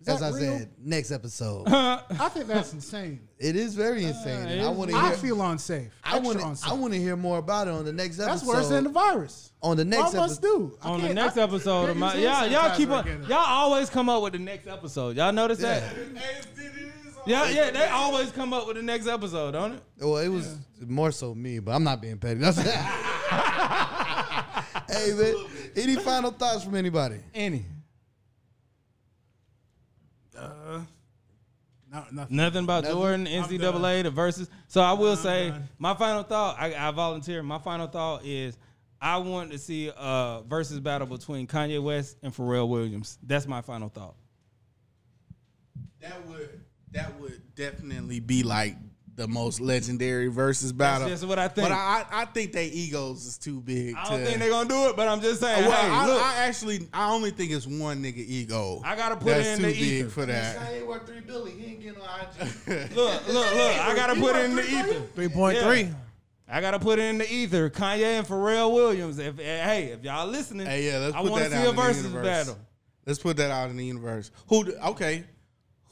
Is As that I real? said, next episode. I think that's insane. it is very insane. and *laughs* I want to I hear. feel unsafe. I Extra want to. unsafe. I want to hear more about it on the next episode. that's worse than the virus. on the next I must episode. do. I on the can't- next I- episode of my Niggas y'all hand y'all keep sanitizer on again. y'all always come up with the next episode. Y'all notice that? Yeah, yeah, they always come up with the next episode, don't it? Well, it was more so me, but I'm not being petty. *laughs* That's hey man, any final thoughts from anybody? Any. No, nothing. Nothing about Jordan, NCAA, the verses. So I will say my final thought. I, I volunteer. My final thought is I want to see a versus battle between Kanye West and Pharrell Williams. That's my final thought. That would that would definitely be like the most legendary versus battle. That's just what I think. But I, I, I think their egos is too big. I don't to- think they're gonna do it, but I'm just saying. Well, hey, I, look, I actually, I only think it's one nigga ego. I gotta put That's in too the big ether. for That's that. how worth three billion. He ain't getting on IG. *laughs* look, look, look. I gotta put it in the ether. Three point three. I gotta put it in the ether. Kanye and Pharrell Williams. If eh, hey, if y'all listening, Hey, yeah, let's I put wanna that see out a in the versus universe. battle. Let's put that out in the universe. Who? do- Okay,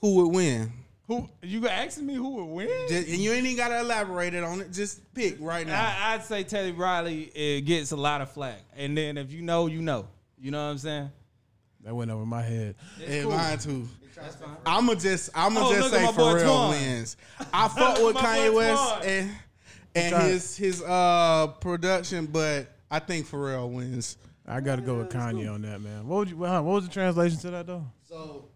who would win? Who you asking me who would win? Just, and you ain't even gotta elaborate it on it. Just pick right now. I, I'd say Teddy Riley it gets a lot of flack, and then if you know, you know. You know what I'm saying? That went over my head. Yeah, mine too. I'ma just I'ma Oh, look just at say my boy Pharrell Twan. wins. I fuck *laughs* Look with at my Kanye boy West Twan. and and trying- his his uh production, but I think Pharrell wins. I got to go with Kanye on that, man. What would you? What was the translation to that though? So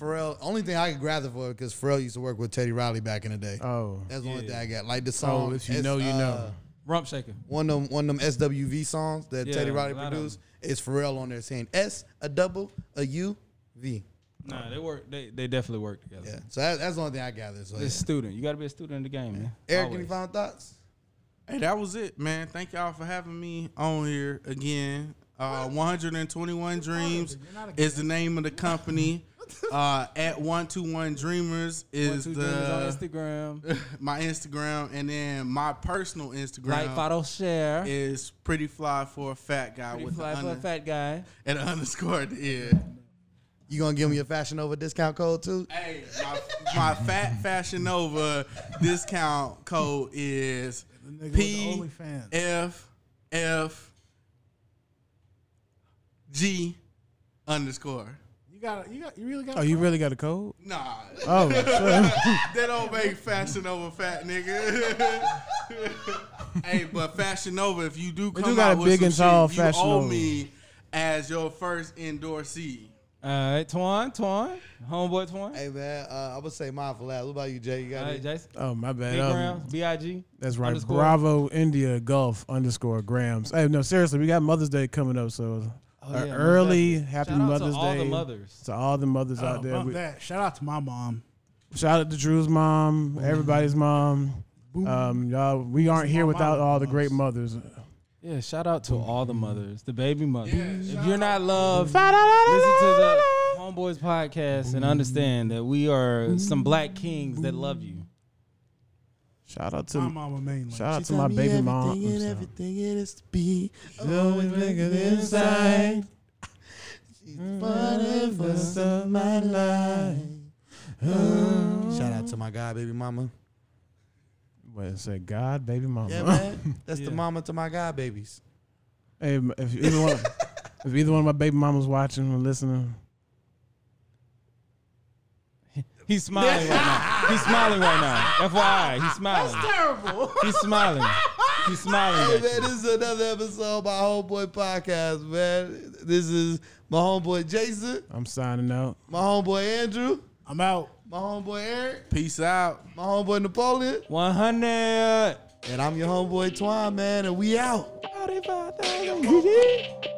Pharrell, only thing I could grab it for because Pharrell used to work with Teddy Riley back in the day. Oh, That's the only yeah. thing I got. Like the Oh, song. if you S- know, you uh, know. Rump shaker. One of them, one of them SWV songs that Yeah, Teddy a Riley lot of produced is Pharrell on there saying S a double a U V. Nah, they work. They, they definitely work together. Yeah. So that, that's the only thing I gathered. So yeah. This student, you gotta be a student in the game, man. Eric, Always. any final thoughts? Hey, that was it, man. Thank y'all for having me on here again. Uh, 121 Dreams is the name of *laughs* the company. Uh, at 121 Dreamers One, is two the dudes on Instagram. *laughs* my Instagram, and then my personal Instagram like, follow, share. is pretty fly for a fat guy Pretty with fly the for a under- fat guy. and *laughs* an underscore at the end. You gonna give me a Fashion Nova discount code too? Hey, my, my fat Fashion Nova discount code is nigga with the P OnlyFans. F F G underscore. You got, you got, you really got. Oh, to you really got a code? Nah, *laughs* Oh, sure. they don't make Fashion Nova fat, nigga. *laughs* hey, but Fashion Nova, if you do come do got out a with big some and tall shit, Fashion you owe Nova. me as your first endorsee. All right, Twan, Twan, homeboy Twan. Hey man, uh, I would say mine for last. What about you, Jay? You All got right, it? Jason. oh, my bad. Big Um, Grams, B I G. That's right. Underscore. Bravo India Golf underscore Grams. Hey, no, seriously, we got Mother's Day coming up, so Oh, a yeah, early Mother's Day. Happy Shout out to Mother's all the Day mothers. to all the mothers oh, out there. fuck We- that. Shout out to my mom. shout out to Drew's mom, everybody's mom. Um, y'all, we aren't here without all the great mothers. Yeah, shout out to all the mothers, the baby mothers. if you're not loved, listen to the Homeboys podcast and understand that we are some black kings that love you. Shout out My to mama mainly. shout out to my baby mom. I'm sorry. everything it is to be. Always make it inside. Mm-hmm. of my life. Shout out to my guy, baby mama. Wait, it said God, baby mama. Oh, *laughs* Yeah, man. *laughs* That's Yeah. the mama to my guy babies. Hey, if either one, if either one of my baby mamas watching or listening, He's smiling right now. He's smiling right now. FYI, he's smiling. That's terrible. He's smiling. He's Hey smiling. man, At you. this is another episode of my homeboy podcast, man. This is my homeboy Jason, I'm signing out. my homeboy Andrew, I'm out. my homeboy Eric, Peace out. my homeboy Napoleon, 100. and I'm your homeboy Twine, man, and we out. Forty-five thousand.